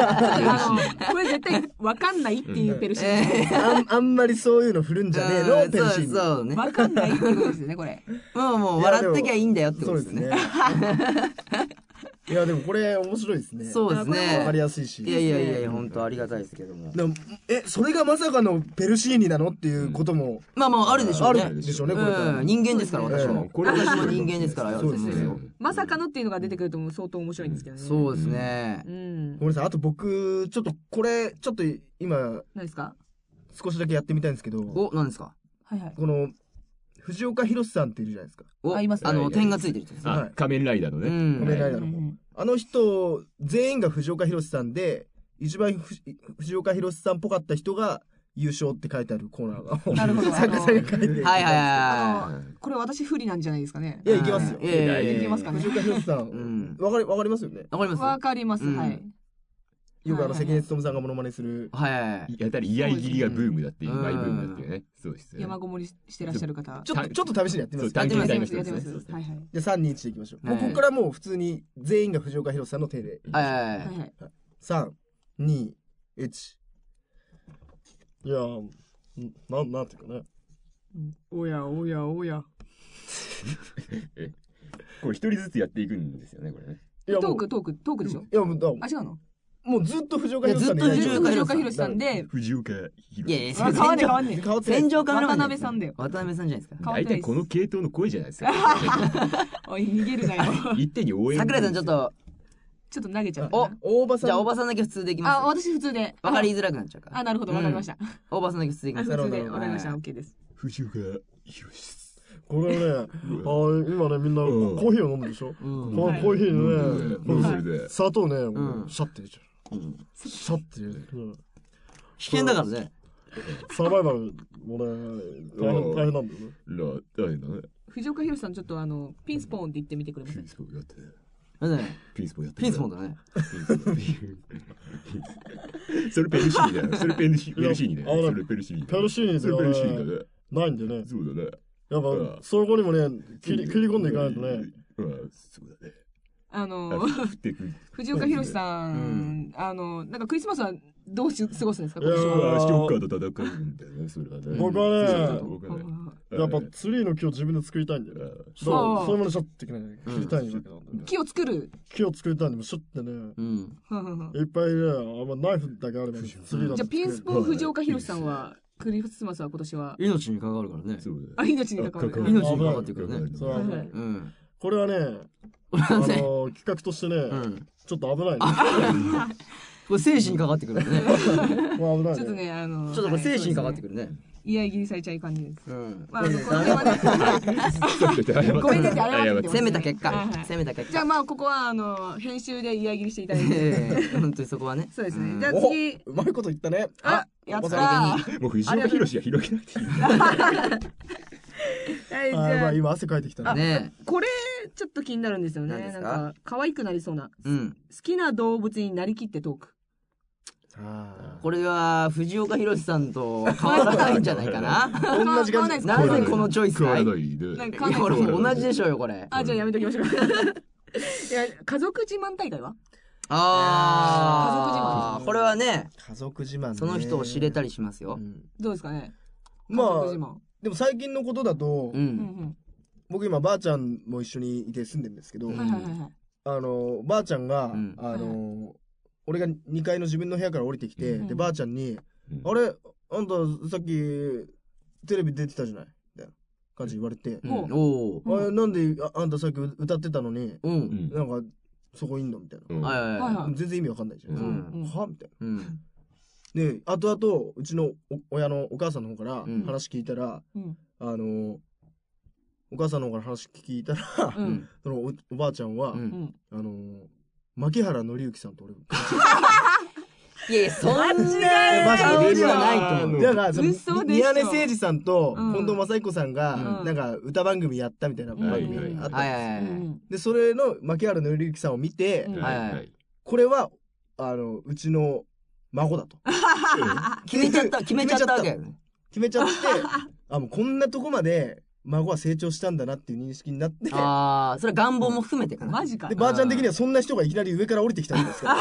あのこれ絶対わかんないっていうペルシーえあんあんまりそういうの振るんじゃねえのーペルシーニそうそうねニ。。わかんないってことですよね、これ。もうもういや笑ってきゃいいんだよってこそうとでですすねね。いやでもこれ面白いですねそうです分かりね。やすいしいやいやいやいや、本当ありがたいですけども。でもえそれがまさかのペルシーニなのっていうこともまあまあ、あるでしょあうるね。んでしょうねこれからうん、人間ですから、私そうですもね。これは私も人間ですから、そうですね私もまさかのっていうのが出てくるともう相当面白いんですけどね。そうですねう。ん。ごめんなさいあと僕ちょっとこれちょっと今何ですか少しだけやってみたいんですけどこお、何ですかはいはい。の藤岡弘さんっているじゃないですかお、あいますあの、点がついてる人ですね。あ、仮面ライダーのうね。仮面ライん。ダーの方、あの人全員が藤岡弘さんで一番ふ藤岡弘さんっぽかった人が優勝って書いてあるコーナーがなるほど。作家さんが書いてるはいはいあはのこれ私不利なんじゃないですかねい。やいけますよい。いやいやいいやけますかね藤。岡弘さんわ、んかりわかりますよねわかりますわかります。うんはい。よくあのはいは関いはい根勤さんがモノマネするはいはいはい。やったり、居合切りがブームだっていう、マイブームだっていうね。そうですよ山ね。ごもりしてらっしゃる方。ちょっとちょっと試しにやってみますそう短期やっみてたいますな人やでってますす。ね。はいはい。じゃあ321でいきましょう、もうはいここからもう普通に全員が藤岡弘さんの手ではいはいはいはいはい。 321いやーんなんなんていうかねおやおやおや。これ一人ずつやっていくんですよね、これね。いトやもーうクトークトークでしょ。いやもうだあ違うの。もうずっと藤岡弘さんいやずっといない藤岡弘藤岡弘さんで。藤岡弘。いやいや、あ変わんねえ変わんねえ変わってない戦場カメラマン渡辺さんだよ。渡辺さんじゃないですか。大体この系統の声じゃないですか。 おい逃げるなよ。一手に応援。桜井さんちょっ。と、ちょっと投げちゃう。お、大場さんじゃあおばさんだけ普通でいきあます。私普通で。わかりづらくなっちゃうから。あなるほどわかりました。おばさんだけ普通でいきあます。な普るほ通どでわかりましたはオいッケーです。藤岡弘です。これね、あー今ねみんなうんコーヒーを飲むでしょ、うん。このコーヒーのね、うんこのうん砂糖ね、もううんシャッて入れちゃう。シャッて入れる、危険だからね。サバイバルもね、大変大変なんだよね。ら、誰だね。藤岡弘さんちょっとあのピンスポーンって言ってみてくれまピせんン。スポンやってね。だってねピンスポンやってねピンスポンだね。それペルシーニだよ。それペルシーペルシーニだいよ。やあそれれペルシーニだペよ。ルシーニでそれはペねルシーニだね。ないんでね、そうだね。やっうんぱそこにもね、切り切り込んでいかないとね、うん。そうだね。あのあ、ふってく藤岡弘さん、あの、なんかクリスマスはどうし過ごすんですか、今年僕は。はショッカーと戦うんだよね、それはね。僕はねそうそうそう僕はねやっぱツリーの木を自分で作りたいんだよね。うそあーう、そういうものしょってきない。切りたいんだけど、木を作る。木を作りたいんでもしょってね、うん。ふんふんふんいっぱいね、あんまナイフだけあればねツリーだじゃあ、ピンスポうん藤岡弘さんは、クリスマスは今年は、命に関わるからね。そうだあ、よ命に関わかる。か命に関わってくるね。そうはいはねいうん。これはね、俺あはのね、ー、企画としてね、うん。ちょっと危ないね。これ精神に関わってくるね。まあ危ないちょっとね、あの、ちょっとこれ精神に関わってる。くるね。いやいぎりされちゃいかんじです。うん。まあ、あのこの辺はね、ごめんなさい謝って攻めた結はい果はい。攻めた結じゃあ果。まあ、ここは、あの、編集でいやぎりしていただいて。ええ本当にそこはね。そうですね。んじゃあお次、うまいこと言ったねあ、やったーあもう藤岡弘は広げなくていい。はい、じあやゃばあい、、今汗かいてきたね。ねこれ、ちょっと気になるんですよね。何ですなんかか、可愛くなりそうな。え。うん。好きな動物になりきってトーク。これは藤岡弘さんと変わらないんじゃないか な。同じ感変わんないじです。なぜこのチョイス変わかいらいなやいで。なんか俺も同じでしょうよ、これ。あ、じゃあやめときましょ うか。いや、家族自慢大会はああ、家族自これはね、家族自慢ねその人を知れたりしますうよ。んどうですかね家まあ族自慢。でも最近のことだとう。うんん僕今ばあちゃんも一緒にいて住んでるんですけどうん。はいはいはいはい。あのばあちゃんがうんあの俺が2階の自分の部屋から降りてきてうんでばあちゃんにうんあれあんたさっきテレビ出てたじゃないみたいな感じ言われてうんほおあれなんでああんたさっき歌ってたのにお。う。うんんなんかそこいんのみたいうんはいはいはいははいな全然意味わかんないじゃうんんうんはみたいなうん。で後々うちのお親のお母さんの方からうん話聞いたらうんあのお母さんの方から話聞いたらううんん。そのおおばあちゃんは、うんうん。あのー、牧原紀之さんと俺いやいや、そんなマジで顔ではないと思う。だからその嘘でしょ宮根誠司さんとうん近藤正彦さんが、うんなんか歌番組やったみたいな番組があった、はいはいはういはい。んでそれの牧原紀之さんを見て、うんはいはい。これはあのうちの孫だと 決めちゃった、決めちゃったわけだよね。決めちゃ ってあもうこんなとこまで孫は成長したんだなっていう認識になってああ、それは願望も含めてかなマ。ジかで。ばあちゃん的にはそんな人がいきなり上から降りてきたん ですか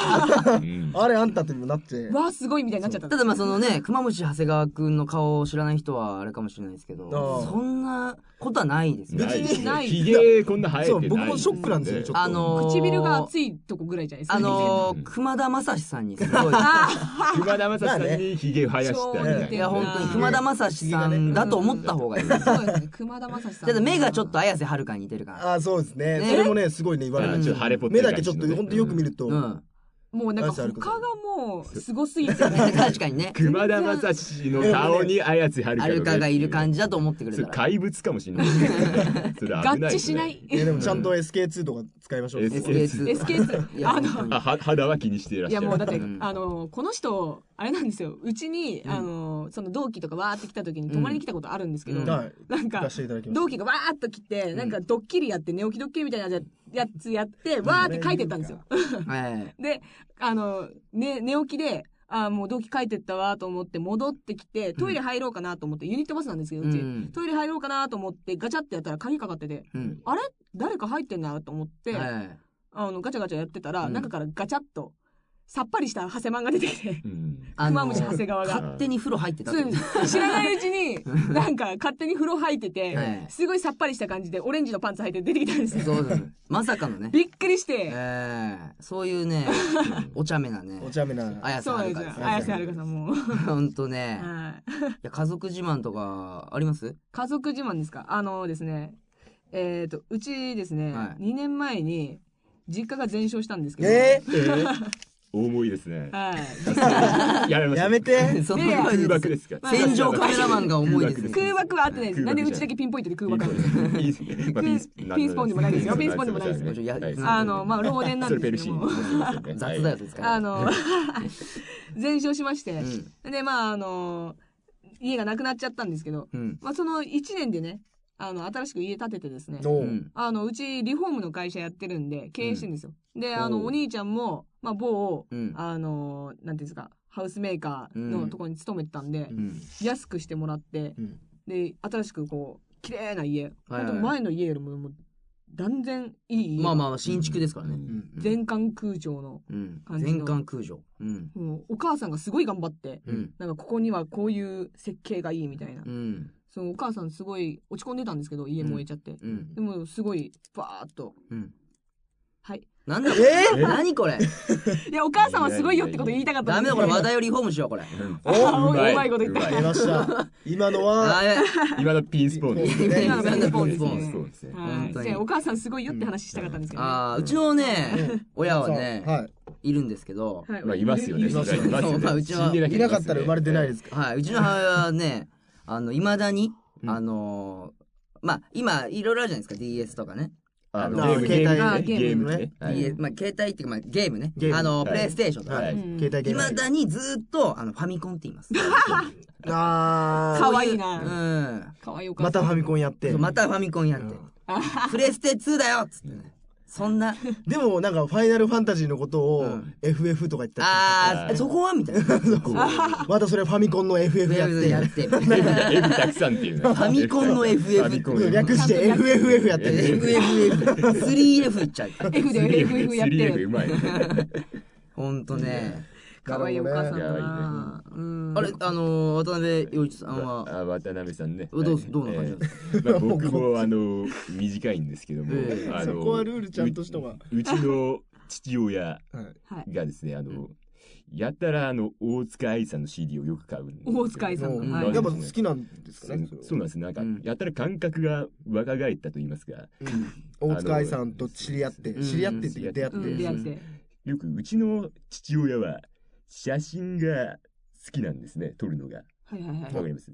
らうんあれあんたってなってわあ、すごいみたいになっちゃった。ただまあそのね、熊虫長谷川くんの顔を知らない人はあれかもしれないですけど、あーそんなことはないですよ別ね。にないひげこんな生えてそなうい。僕もショックなんですよちょっとあのー、唇が熱いとこぐらいじゃないですか。あのーうん熊田正史さんにすごい。熊田正史さんにひげ生やしたみたいな。そういや、本当にうん熊田正史さんだと思った方がいい。たそうですね。熊田正史さん。だ目がちょっと綾瀬はるかに似てるから。ああそうですねねそれもねすごいね言われあるちょっと腫れぽって目るだ感けじちょのっとね本当よく見ると、うん。もうなんか他がもうすごすぎ て。確かにね。熊田正史の顔に綾瀬はるかはのねるかがいる感じだと思ってくれそたれら。怪物かもしれないですね。それ危合ないです致しねない。えーでもちゃんと SK2 とか使いましょう SK2 SK2 いやあの本当あは肌は気にしていらっいしやゃる。もうだって、うんあのこの人あれなんですようちに、あのその同期とかわーって来た時に泊まりに来たことあるんですけど、うんはいなん行かかせていただきます同期がわーっと来て、なんかドッキリやって寝起きドッキリみたいなやつやつやってわーって書いてったんですよ。にはい。であの、ね、寝起きであーもう同期書いてったわーと思って戻ってきてトイレ入ろうかなと思って、ユニットバスなんですけどうち、うんトイレ入ろうかなと思ってガチャってやったら鍵かかっててうん。あれ誰か入ってんなと思って。はい。あの、ガチャガチャやってたら、うん中からガチャっと、さっぱりしたハセマンが出てきて、うんあ熊の虫長谷川が。勝手に風呂入ってたとそう知らないうちに、なんか勝手に風呂入ってて、はいすごいさっぱりした感じで、オレンジのパンツ履いて出てきたんですよ。そうです。まさかのね。びっくりして、ええそういうね、お茶目なねお、茶目な綾瀬そうはなんるでかですよす。。綾瀬はるかさんも。ほんとね。はいいや、家族自慢とか、あります家族自慢ですかあのですね、えっ、と、うちですね、はい2年前に、実家が全焼したんですけど、ええー大盛りですね。はい。やめまー、しょやうめてそ いやいや空爆ですか。戦場カメラマンが重いですね。空爆は合ってないです。なんでうちだけピンポイントで空爆あるんですかいいですねまあピンピンスポンでもないですよピンスポンでもないですよはいいやあの、まあ、漏電なんそでれすけペルシどーもニ。ですよね。雑だよ、そいつから。あの、 全焼しまして、うんで、まあ、あの、家がなくなっちゃったんですけど、うん。まあ、その1年でね、あの、新しく家建ててですね、おううん。あの、うちリフォームの会社やってるんで、経営してるんですよ。で、あおの、うお兄ちゃんも、まあ、某、うんあの、なんていうんですか、ハウスメーカーうのんところに勤めてたんで、うん。安くしてもらって、うんで、新しくこう、綺麗な家、はいはい本当前の家よりも、もう断然いい。まあまあ、新築ですからね。うん全館空調の。うん。感じの全館空調。うん。もうお母さんがすごい頑張って、うん。なんかここにはこういう設計がいいみたいな。うん。そのお母さんすごい落ち込んでたんですけど、家燃えちゃって。うん。でもすごい、バーっと。うん。はい。なんだこれ何これいや、お母さんはすごいよってこと言いたかっダたんメですだこけどれ、話題をリフォームしよう、これ。あうまうまいこと言ったうま出いま した。今のあは、あ、いや今のピースポーンですね。今 のピースポーンですねピーですね。は本い当にじゃあお母さんすごいよって話したかったんですけどね。あー、うちのね、親はね、はいるんですけど、はいまあ、いますよね。いますよねそりゃいそうまあうちは死んで。いなかったら生まれてないですすかはい、うちの母親はね、あの、未だに、うんあのー、まあ、今、いろいろあるじゃないですか、DS とかね。あの、あゲーム、ゲあームーね。ゲゲーームムねね。はい DS まあ、携帯っていうか、まあ、ゲームねゲー。ムあの、はいプレイステーションとかはね。いうん。携帯ゲーム。未だにずっと、あの、ファミコンって言います。あかわいいうん。な。そかわいいお母まさたん。ファミコンやってう。またファミコンやって。プレステ2だよっつってね。そんな、でもなんかファイナルファンタジーのことうをん FF とか言ったりあはー、いそこはみたいな。フ またそれファミコンの FF やっ。やってて。 F たくさんっていうね。ファミコンの FF ファミコンの FF。略して FFF やってる。 FFF、3F いっちゃう。 F で FF やって 3F うる。まいね。ほんとね。 かわいいお母さんだなるほな。うんあれ、あのー、渡辺陽一さんは、あ渡辺さんね。どうすどうな感じなんですか、 まあ、僕もあの短いんですけども、ええあのそこはルールちゃんとしたわううちの父親はい。がですねあの、やったらあの大塚愛さんの CD をよく買うんですよ大塚愛さんうんの。はやいっぱ。好きなんですそかうね。そうなんですなんか、うんやったら感覚が若返ったと言いますか大塚愛さんと知り合って、うん知り合ってっていうか出会っうて。ん、出会って。よくうちの父親は写真が好きなんですね撮るのがはいはいはいわか。ります、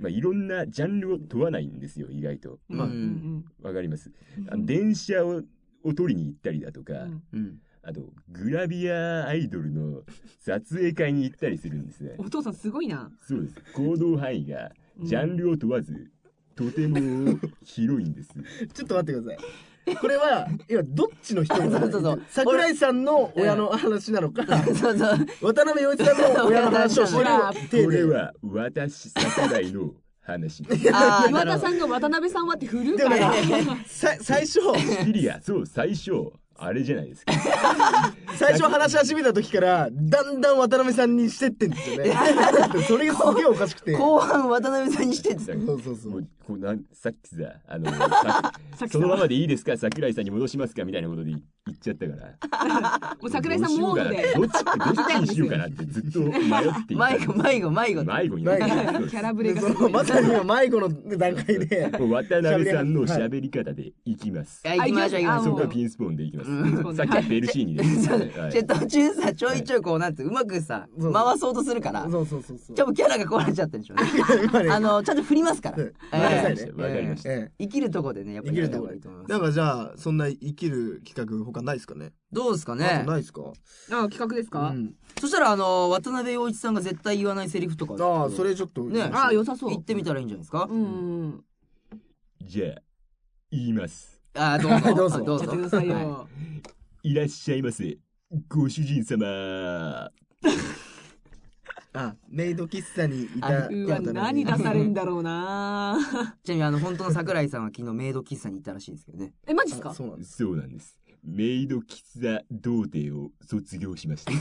まあ、いろんなジャンルを問わないんですよ意外とうんまあうんわかりますあうのん電車をを撮りに行ったりだとか、うんうん。あと、グラビアアイドルの撮影会に行ったりするんですね。お父さんすごいな。そうです。行動範囲が、うんジャンルを問わず、とても広いんです。ちょっと待ってください。これは、今、どっちの人がそうそうそう桜井さんの親の話なのか、そうそう。渡辺陽一さんの親の話をしてるこ手れで。は、私、桜井の話です。あー、岩なるほ田どさんが渡辺さんはって振るでかもねら。、さ最初、シリア、そう、最初、あれじゃないですか。最初話し始めた時から、だんだん渡辺さんにしてってんですよね。それがすげえおかしくて。後半渡辺さんにしてってさそうそうそうもうこうなんさっきさ、あの、ささっきさそのままでいいですか桜井さんに戻しますかみたいなことで言っちゃったから。もう桜井さんモードで。どっち、どっちにしようかなってずっと迷っていた。迷子、迷子、迷子。迷子になってたそうです キャラブレでがそすごのい。まさに今、迷子の段階で、もう 渡辺さんの喋り方でいきます。いや、行きましょう、行きあましそょこはう。ピンスポーンでいきます。んさっきはベルシーニです。 はいちょ途中さ、ちょいちょいこう、なんて、うまくさ、そう回そうとするから、そうそうそうそうちょ。っとキャラが壊れちゃったでしょうね。 今ねあの、ちゃんと振りますから。うんえーごめんなさいねわかりました。ええ生きるとこでね、やっぱ生りきやるったとこ方がいでいと思い。なます。んかじゃあ、そんな生きる企画他ないですかね。どうですかあねとないですか。あ、企画ですうかん。そしたら、あの、渡辺陽一さんが絶対言わないセリフとか。ああ、それちょっと。ねあ、良さそう。言ってみたらいいんじゃないですかうんうんうん。じゃあ、言います。あー、どうぞ。どどううやぞ。ってくださいはいよ。いらっしゃいませ。ご主人様。あ、メイド喫茶にいた。あうわ、何出されんだろうなちなみに、あの、本当の桜井さんは昨日メイド喫茶に行ったらしいんですけどね。え、マジっすあかそうなんです。そうなんです。メイド喫茶童貞を卒業しました。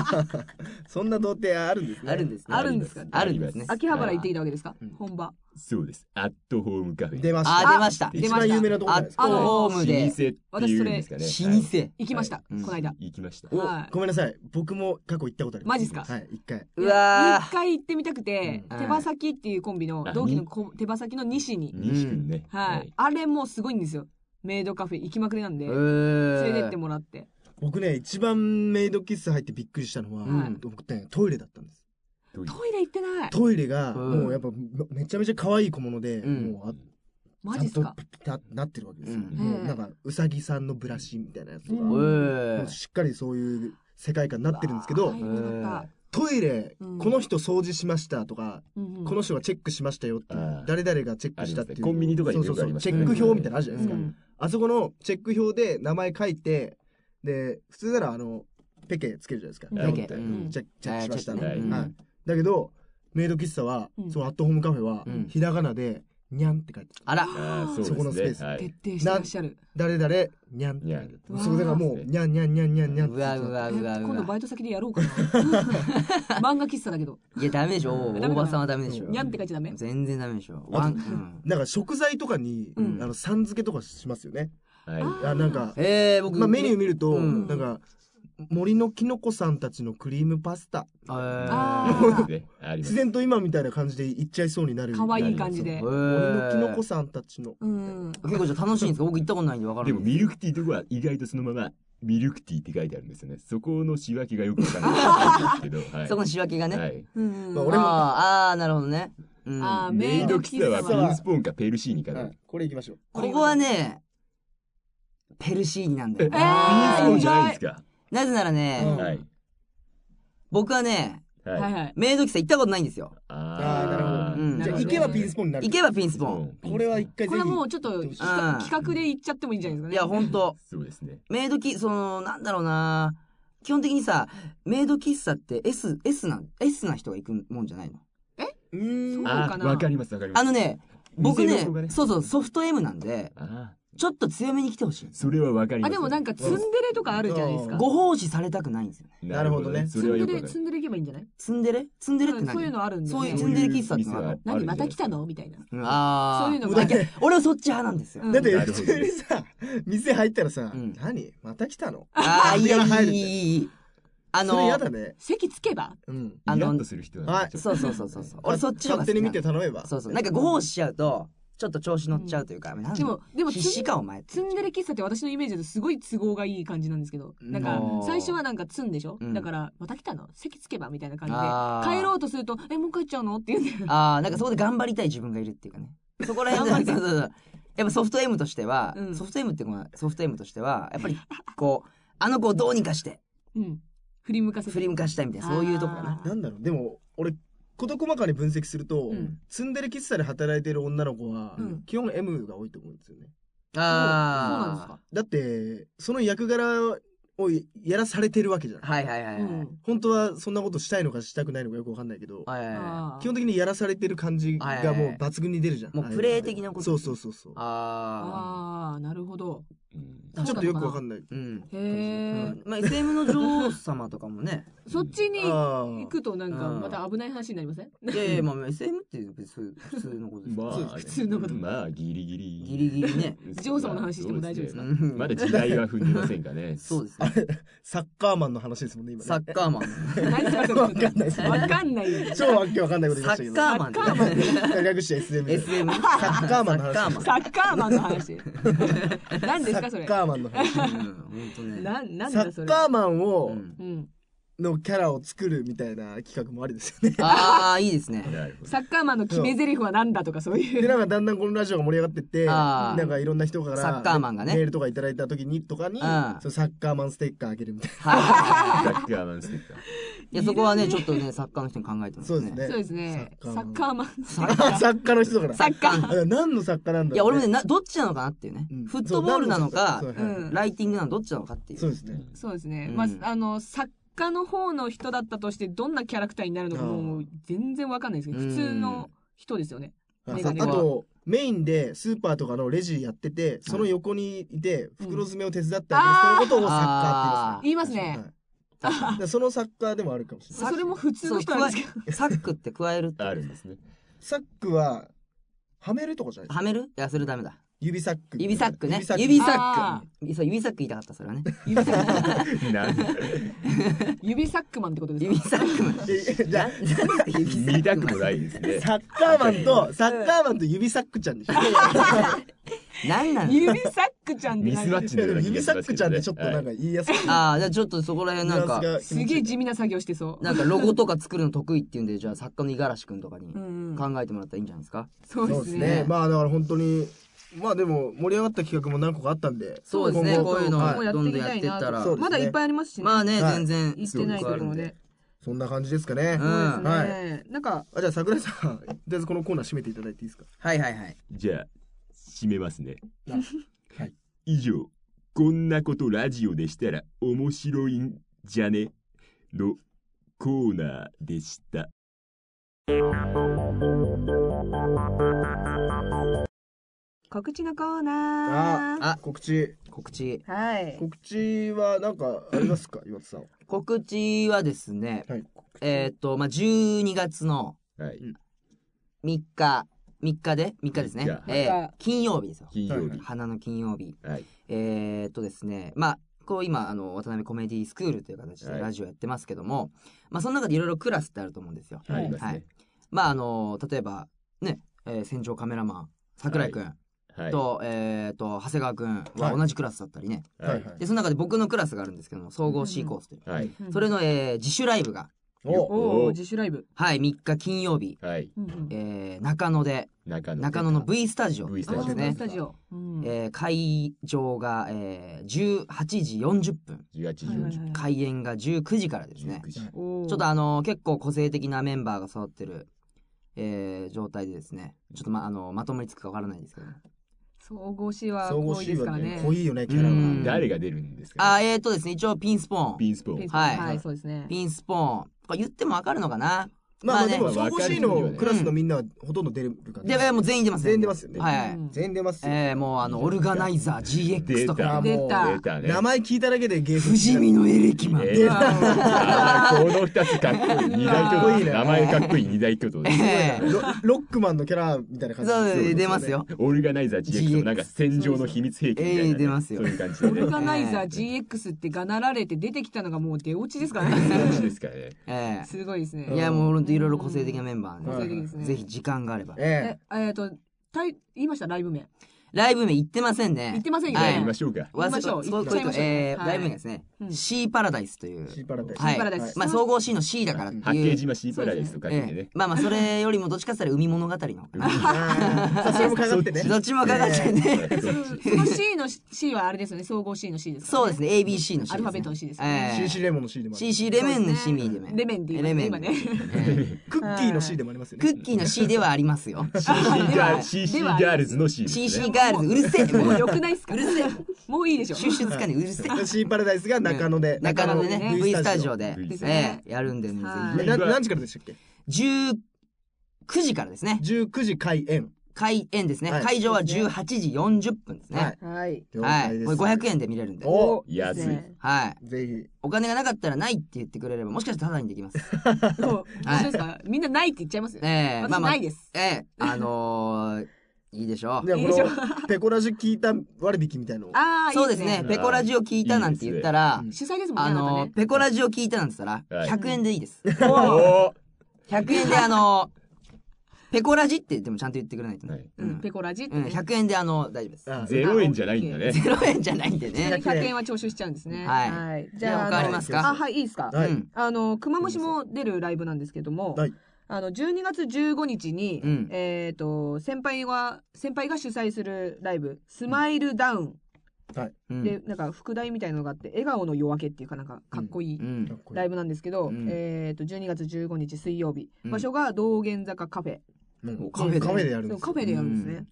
そんな童貞あるんですね。あるんですね。あるんですかあるんですね。秋葉原行っていいたわけですか本場。そうです。アットホームカフェ。出ましあた。ー、出ました。出一ま番した有名なとこじゃアないッですか。トホームで老舗、っていうんですかね。老舗。行きました、うんこの間。行きました。はい。ごめんなさい。僕も過去行ったことあります。マジっすかはい、一回。う一わ回行ってみたくて、うん手羽先っていうコンビのあ同期のこ手羽先の西に、西君ね。はい、。あれもすごいんですよメイドカフェ行きまくりなんで、ー。連れえてってもらって僕ね、一番メイド喫茶入ってびっくりしたのは、はい僕ね、トイレだったんです。トイレトイレ行ってないトイレが、うんもうやっぱ、めちゃめちゃ可愛い小物で、うんもうあ、マちゃジっんすとかななってるわけですよ。うんもうなんか、うさぎさんのブラシみたいなやつとか、うもーうしっかりそういう世界観になってるんですけど、入れなかった、トイレ、うんこの人掃除しましたとか、うんうんこの人がチェックしましたよっていうあー誰々がチェックしたっていう、ありますねコンビニとかにそうそうもよくそありうますチねェック表みたいなのあるじゃないですか、うんあそこのチェック表で名前書いてで普通ならあのペケつけるじゃないですか、うんペケうんチェックチェックしました、あーチェックねはいうんだけどメイド喫茶は、うんそのアットホームカフェは、うんひらがなでにゃんって書いてたあら、あーそこのそうでスペーすスね。はい。徹底してらっしゃる。誰々にゃんって書いてにゃたんそこだからもうにゃんにゃんにゃんにゃんにゃんっうてわうわえうわ今度うバわ。イト先でやろうかな。 漫画喫茶だけど。いや、ダメでしょ。ダメか大な場さんはダメでしょ。にゃんって書いちゃダメ全然ダメでしょ。ワン、うん。なんか食材とかに、うんあのさん付けとかしますよねはい。あなんかえー、僕、まあ、メニュー見ると、うんなんか森のキノコさんたちのクリームパスタえーあそうーですね。ありま自す。然と今みたいな感じでいっちゃいそうになる可愛い感じでえ。森のーキノコさんたちのうん。結構じゃあ楽しいんですか僕行ったことないんで分からなでいもミルクティーとかは意外とそのままミルクティーって書いてあるんですよね。そこの仕分けがよくわかんないんですけど。はい。そこの仕分けがね。はい。うんまああ俺もああー、なるほどね。うん。あーメイド喫茶はメイド喫茶はピンスポーンかペルシーニかはだい。これいきましょうここはね、ペルシーニなんだえよピンスポね。ーンじゃないですか。なぜならね、うんはい。僕はね、ははいい。はい。メイド喫茶行ったことないんですよ。あーなるほどーうんじゃあなるほどね行けばピンスポンになる行けばピンスポン。そうこれは一回こぜれひはもうちょっと企画企画でいっちゃってもいいんじゃないですかいね。や、ほんと、そうですね。メイド喫、その、なんだろうな基本的にさ、メイド喫茶って S、S な、S な人が行くもんじゃないの。うーんそうあかー、なわかりますわかります。あのね、僕店のね子が、ねそうそう、ソフト M なんで、あちょっと強めに来てほしいんーです。それはわかりまあす。でもなんかツンデレとかあるじゃないですか。ご奉仕されたくないんですよね。なるほどなね。るほどねそツれはンよくデわレかるツンデレいけばいいんじゃない？ツンデレツンデレってうん何そういうのあるんで。そういうツそンうデレいう喫茶ってのはある店はある何んじまゃなたいで来すかたのみたいな。うんああ。そういうのあがいや俺はそっち派なんですよ。うんだってな普るほど通にさ店入ったらさうん「何また来たの?」ああ、いや、電話入いるい、いい、いい。あそれの嫌、だね席つけば？うんあイラッのと、する人はなんいでちょっとそうそうそうそうそう。俺そっちの方勝が好き手なにの見て頼めばそうそう。なんかご奉仕しちゃうと、ちょっと調子乗っちゃうというか、なんだでもでもツン必死か、お前。ツンデレ喫茶って私のイメージだとすごい都合がいい感じなんですけど、なんかうん最初はなんかツンでしょ、うんだから、また来たの席つけばみたいな感あじーで、帰ろうとすると、え、もう帰っちゃうのって言うんだよ。ああ、なんかそこで頑張りたい自分がいるっていうかね。そこら 辺で、そうそうそう。やっぱソフト M としてはう、んソフト M っていうか、ソフト M としては、やっぱり、こう、あの子をどうにかして、 うん。振り向かせて。振り向かしたいみたいな、そういうとこかな。あーなんだろうでも俺事細かに分析すると、うんツンデレ喫茶で働いてる女の子は、うん基本 M が多いと思うんですよねそうなんですあか。だってその役柄をやらされてるわけじゃない、あ。はいはいはいはい。うん本当はそんなことしたいのかしたくないのかよくわかんないけど、はいはいはい。あー基本的にやらされてる感じはいはがいはいもう抜群に出るじゃん、もうプレイ的なことそうそうそうそうああ。あーなるほど。うんあーちょっとよくわかんないうん。うへえん。まあ、SM の女王様とかも ね。そっちに行あーくとなんかうんまた危ない話になりませんいやいや、まあ、SM って別に普通のことですから。まあ、普通のことまあ、ギリギリ。ギリギリね。ジョー様の話しても大丈夫ですかうんまだ時代は踏んでませんか ね。そうですね。サッカーマンの話ですもんね今ねサッカーマン。何それわかんないですわかんないよ。超わけわかんないこと言いましたサけッどカーマンサッカってね。ー略して SM で SM。ササッカーマンのッ話カーマン。サッカーマンの話。何ですかサそッれ。カーマンの話うん、ほんとね。ななんサだそッれ。カーマンうをんうん。のキャラを作るみたいな企画もありです よねああ、いいですね。なるほど。サッカーマンの決め台詞は何だとかそういうで。なんかだんだんこのラジオが盛り上がってってあなーんかいろんな人からサッカーマンがねメールとかいただいた時にとかにんそのサッカーマンステッカーあげるみたいはいはいはいサッカーマンステッカー。いや、そこはね、ちょっとね、サッカーの人に考えてますそね。うですね そうですね。ササッッカ カーマン。 な作家の人からサッカー。あ 何の作家なんだろうねいや、俺もね、などっちなのかなっていうねうん。フットボールなのかそう、何の作家そうはいうんライティングなのどっちなのかっていそうう。ですねそうですねう。んまあ、あの、作家の方の人だったとして、どんなキャラクターになるのかもうう全然わかんないですけど、うん普通の人ですよね。あメガネあとメインでスーパーとかのレジやっててその横にいて袋詰めを手伝ってあげる人のことをサッカーって言います言いねます。ねはいだからそのサッカーでもあるかもしれないそれも普通の人なんですけど。サックって加えるって。あるんですね。サックははめるとかじゃないはめるいや、それダメだ。指サック指サックね。指指ササックッあク。そう、指サック言いたかった、それはね。指サックなんだ指サックマンってことですか指サックマン。ックじゃあ指サックマン見たくもないですね。サッカーマ ンとサッカーマンと指サックちゃんでしょ何 なの指サックちゃんってミなスんマかッチの ような気が指しサますッけクちゃどんっねてちょっとなんか言いやすくああ、じゃあちょっとそこら辺なんか、かすげえ地味な作業してそう。なんかロゴとか作るの得意っていうんで、じゃあ作家の五十嵐くんとかにうんうん。考えてもらったらいいんじゃないですか。そうそうでですすねね。まあだから本当にまあでも盛り上がった企画も何個かあったんでそうですね、今後こういうはいのやどんっていどんやきったていいったならそ。うですねまだいっぱいありますしね。まあね、はい全然。行ってないところもね。そんな感じですかねうそんうですね。はなんか、あじゃあ桜井さんと りあえずこのコーナー締めていただいていいですかはいはいはい。じゃあ、締めますね。はい。以上、こんなことラジオでしたら面白いんじゃねのコーナーでした。告知のコーナー。あ、告知告知。はい。告知はなんかあります か岩田さん告知はですね、はいえーっと、まあ、12月のはい。 3日、3日で ?3 日ですね三日。えはー、金曜日ですよ。金曜日。花の金曜日。はい。えーっとですね、まあ、こう今、あの、渡辺コメディスクールという形はでいラジオやってますけども、まあ、その中でいろいろクラスってあると思うんですよ。ありますはねい。まあ、あの、例えば、ね、えー戦場カメラマン、桜井くんはい。と、えーっと、長谷川くんははい同じクラスだったりね。はい。で、その中で僕のクラスがあるんですけども、総合 C コースという。はい。それの、えー自主ライブが、おおおお、自主ライブ。はい、3日金曜日、はい。うんうんえー中野で、中野。中野の V スタジオ V スあタジですオーねス。タジオ。うんえー会場が、えー18時40分、 18時はいはい40はい開演が19時からですね19。時。おーちょっとあの、結構個性的なメンバーが揃ってる、えー状態でですね、ちょっとま、あの、まともにつくかわからないんですけども。総合 C は総合多い C ですかはらねね。濃いよねキャラうんが誰が出るんですあかー、ねえーとですね、一応ピンスポーン。ピンスポーン。はいはい、そうですね。ピンスポーン。これ言ってもわかるのかなまあまあまあねでも総合 C のクラスのみんなはほとんど出るからで、えーもう全員出ます全員出ますよねはい。うん全員出ますよえーもうあの、オルガナイザー GX とあか、もう出た出たね。名前聞いただけでゲーム不死身のエレキマン。ええー出たあーこの二つかっこいい。二大巨かっこ頭いいね名前かっこいい二大巨頭です。ーロ ロックマンのキャラみたいな感じそうです出ますよ。オルガナイザー GX もなんか戦場の秘密兵器みたいなね、えー出ますよそういう感じオでねル。ガナイザー GX ってがなられて出てきたのがもう出落ちですからね。感 じですからね。えすごいですね。えいや、もうほんといろいろ個性的なメンバー個なん性で、的ですね。ぜひ時間があれば。ええ、えっと、たい言いましたライブ名。ライブ名言ってませんね。言ってませんよはやいりましょうか。わ言いましょうそ言っちゃいましょうえーはいライブ名がですね、うん C パラダイスというえ、シーパラダイスはい C パラダイスまあ、総合 C の C だからって八いう景島シーパラダイスとかけてえねえ。まあまあそれよりもどっちかって言ったら海物語のあーさあそれもかかってねどっちもかかっちゃうね、そのその C の C はあれですよね。総合 C の C ですから。そうですね ABC の C ですねアルファベットの C ですねええ CC レモンの C でもある CC レメンの C ミでもレメンでレメン今ね。えクッキーの C でもありますえよクねッキーの C ではありますよ CC ガールで CC はガールズの C ですね。 CC ガールズうるせえもう良くないっすか。うるせえもういいでしょ。シュッシュつかねうるせ え C パラダイスが中野で中野で中ね野 V スタジオで V スタジオええやるんでねぜはいえな何時からでしたっけひ19時からですね19時開演開演ですねはい会場は18時40分ですねはいはい。了は解い。ですこれ500円で見れるんで。お安いですねはい。ぜひお金がなかったらないって言ってくれれば、もしかしたらタダにできます。そう一緒ですか。みんなないって言っちゃいますよ。ええ私まあまあない。です。ええあのー、いいでしょでう。こいいでしょのペコラジ聞いた割引みたいのああ、そうですね。ねペコラジオ聞いたなんて言ったら、主催ですもんね。ああなたのねー、ペコラジオ聞いたなんて言ったはら、い100円でいい です。おー100円であのー、ペコラジってでもちゃんと言ってくれないとはね。いうんペコラジってうん、ね。 100円であのー、大丈夫です。あゼロ円じゃないんだね。 0円じゃないんでね。 100円は徴収しちゃうんですね。はいじゃあ、他ありのますかあ、はい、いいですか。はういん。あの、熊虫も出るライブなんですけども、はいあの、12月15日に、うんえっ、と、先輩が、先輩が主催するライブ、スマイルダウンうんで、なんか副題みたいなのがあって、笑顔の夜明けっていうかなんか、かっこいいうん。ライブなんですけど、うんえっ、と、12月15日水曜日、うん場所が道玄坂カフェ。うんカフェでカフェでやるんそでうすカフェでやるんですね。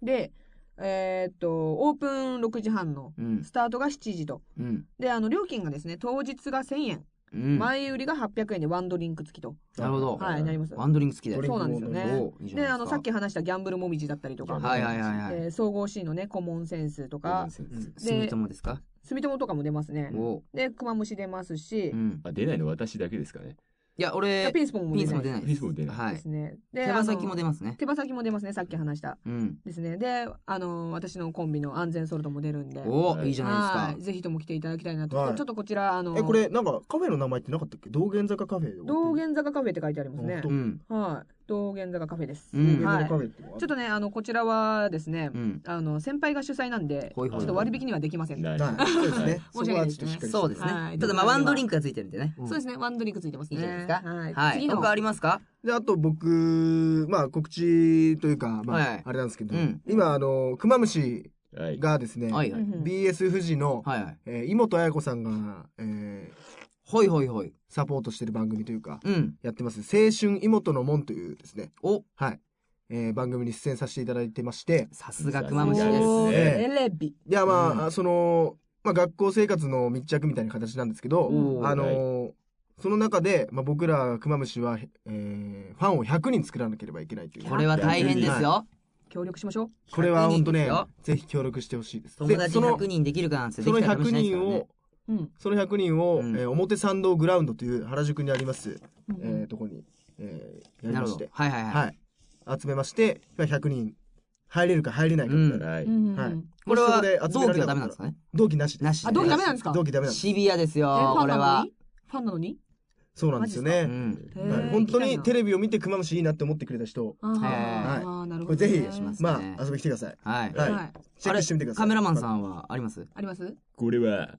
で、えっ、と、オープン6時半の、うんス。タートが7時と。うん。で、あの、料金がですね、当日が1000円、うん。な前売りが800円でワンドリンク付きと。るほど。はい、なります。ワンドリンク好きで。ドリンそクうなんですよね。おーいいじゃないで、ですかあの、さっき話したギャンブルもみじだったりとか、はいはいはいはい。えー総合 C のね、コモンセンスとか、住友ですか住友とかも出ますね。おで、クマムシ出ますし、うん。あ出ないの私だけですかね。いや、いや俺、ピンスポンもピンスも出出なないいピンスも出ないはでいす。ね。で手羽先も出ます。ますね。手羽先も出ますね、さっき話した。うん。ですね。で、あの、私のコンビの安全ソルトも出るんで、おはいいいじゃなはいい、ですか。ぜひとも来ていただきたいなと。はいちょっとこちら、あの、えこれなんかカフェの名前ってなかったっけ道玄坂カフェで道玄坂カフェって書いてありますね本当。うん。はい。道玄坂カフェです。うん道玄は坂い。ちカょフェってっとね、あの、こちらはですね、うん。あの、先輩が主催なんで、ちほいほいょっと割引にはできません。ない。はいそうですねそ申し訳こないはでちすょっとねしっかりそうですはね。いただ、まあ、ワンドリンクがついてるんでね。そうですね、ワンドリンクついてますいいね。じゃないですか。はい。はい。次の他ありますかであと僕まあ告知というかまはいああれなんですけどうん今あのクマムシはい。がですねはいはい。うんうん BS 富士のはいはい。えー井本彩子さんがえーほいほいほい。サポートしてる番組というかうん。やってます青春妹の門というですねお、はい、えー番組に出演させていただいてましてさすが熊虫おです。ーエレビ。いやまあ、うんその、まあ、学校生活の密着みたいな形なんですけど、おーあのーその中で、まあ、僕らがクマムシは、えーファンを100人作らなければいけないというこれは大変ですよ。協力しましょう。これは本当100ね人ですよぜひ協力してほしいです友達その100人できるかなんてでそのきたら100試しないです人からねを。うん。その100人を、うんえー表参道グラウンドという原宿にあります、うんえーとこに、えーやりまなるしほどて。はいはいはい。はい集めましてまあ100人入れるか入れないかみたいな、はい。うんはいこれはもしそこ同で集め期られなかったらはダメなんですかね同期なしでなし。あ、同期ダメなんですか同期ダメなんですシビアですえよ、ファこンれなはのに。ファンなのにそうなんですようね、ん。へはいー本当行きにたテいなレビを見てクマムシいいなって思ってくれた人あはーいあー、なるこほれどぜね。ひ、ますまねあ遊びに来てくださいはい。はい、はい。チェックしてみてくださいカメラマンさんはありますありますこれは、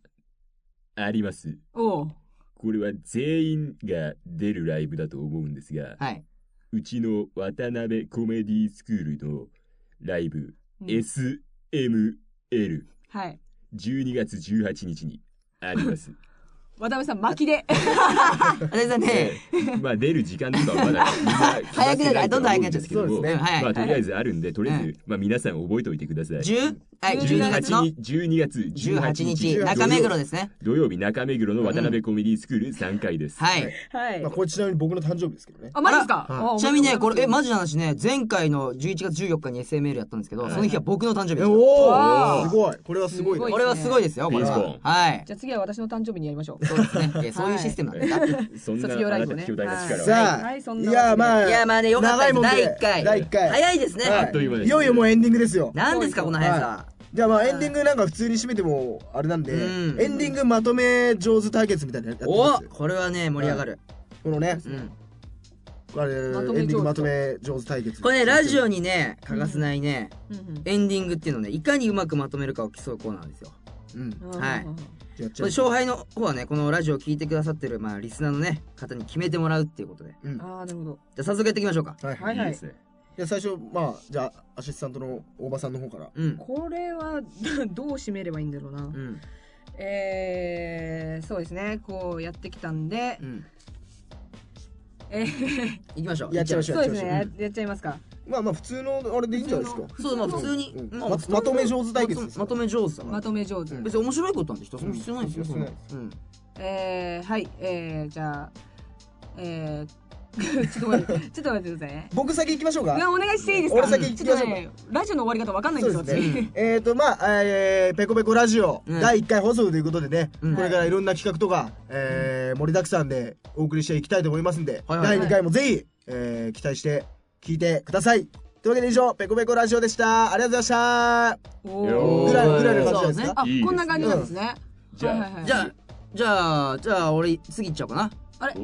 あります。おう。これは全員が出るライブだと思うんですが、はいうちの渡辺コメディスクールのライブ、うん SML12 はい。月18日にあります。渡辺さん、巻きで。あれだえねえまあ出る時間とかはまだみんな 決まってないと思うんですけど早くも、なるどんどん早くなっちゃってそうですねまはあいとりあえずあるんで、とりあえはず、まあ皆さん覚えておいてください。 10はい12月の18日12月18 18日日中目黒ですね土曜日中目黒の渡辺コメディスクール3階です。はい はいまあ、これちなみに僕の誕生日ですけどねあ、マジですかあらあちなみにねこれえママジな話ね前回の11月14日に SML やったんですけどその日は僕の誕生日でえしおわーあすごいこれはすごいなたすごこれはすごいですよこれピンスポはンはいじゃあ次は私の誕生日にやりましょう。そうですねいやそういうシステムなんですそんな卒業ラあイなブたね兄弟の力はさあ、はいそんいなやまあいやまあねよかっ長たでいもすんで第1回第一回早いですねはいあっという間ですいよいよもうエンディングですよ何ですかこの速さじゃあまあエンディングなんか普通に締めてもあれなんで、うんエンディングまとめ上手対決みたいなのやっておますこれはね盛り上がるこのねうんあれエンまとめ上ディ手ングまとめ上手対決これねラジオにね欠かせないねうんエンディングっていうのをねいかにうまくまとめるかを競うコーナーですようんうんはいやっちこゃれう勝敗の方はねこのラジオを聞いてくださってるまあリスナーのね方に決めてもらうっていうことでうんああ、なるほど。じゃあ早速やっていきましょうかはいはいいいはでいす。ね。じゃあ最初まあじゃあアシスタントの大場さんの方からうんこれは どう締めればいいんだろうなう。んえー、そうですね。こうやってきたんでう、んえー、行きましょうやっちゃいましょそうですね。やっやちやっちゃいますか。まあまあ普通のあれでいいんじゃないですかそうまあ普通にうんまあま普通にまとめ上手対決ですよまとめ上手だからまとめ上手。別に面白いことなんて一つも必要ないんですようんうんうんえー、はい。えー、じゃあ、えー、ちょっと待って、ちょっと待ってくださいね。僕先行きましょううかわお願いしていいですか俺先行きちょまっしとょうかね、ラジオの終わり方わかんないんそですよ、うです私。ね。えっと、まあ、えー、ペコペコラジオ、うん第1回放送ということでね、うんこれからいろんな企画とか、えー盛りだくさんでお送りしていきたいと思いますんで、はいはい第2回もぜひ、えー期待して聞いてください。というわけで以上、ペコペコラジオでした。ありがとうございましおーぐらいぐらいのそ感うじじゃないですかあ、いいですねこんな感じなんですね。じゃあはいはいはいじゃあじゃあじゃあ俺次行っちゃおうかなあれ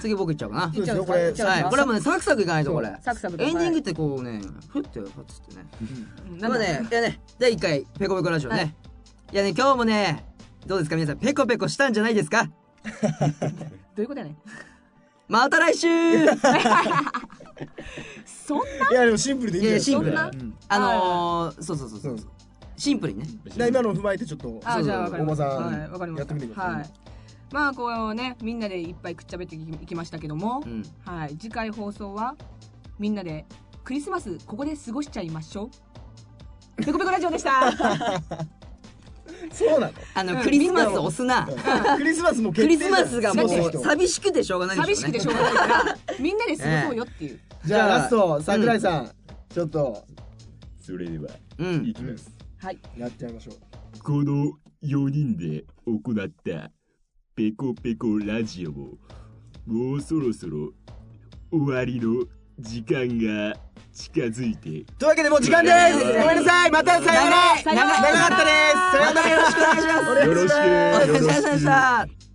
次僕行っちゃおうかそうですよいっちゃうんですなかはいいっちゃうんですかこれはもうねサクサクいかないとこれサクサクとエンディングってこうねふってやっつってねうんでもね、いやね、第1回、ペコペコラジオね。、はいやね、今日もね、どうですか皆さん、ペコペコしたんじゃないですかどういうことやねんまた来週そんなた。いや、でもシンプルでいいんじゃないですか。いやシンプルなうんあのー、そうそうそうそうそ。シンプルにね。な今のを踏まえてちょっと、あじゃあわかりました大場さんはいわかりまやしたってみてくださいはいまあこうねみんなでいっぱいくっちゃべっていきましたけども、うん。はい次回放送はみんなでクリスマスここで過ごしちゃいましょうペコペコラジオでした そうなあの、うんクリスマス押すな。の。クリスマスもク決定リだスよマスがも過ごすう、人寂しくてしょうがないでしょう、ね。寂しくてしょうがないからみんなで過ごそうよっていう、じゃあじゃあラスト、桜井さん、ちょっと、それでは、うんい。きます。はいやっちゃいましょう。この4人で行ったペコペコラジオも、もうそろそろ終わりの時間が近づいてというわけでもう時間ですごめんなさいまたさようなら長い長い長かったですさようならよろしくお願いしますお疲れ様でした。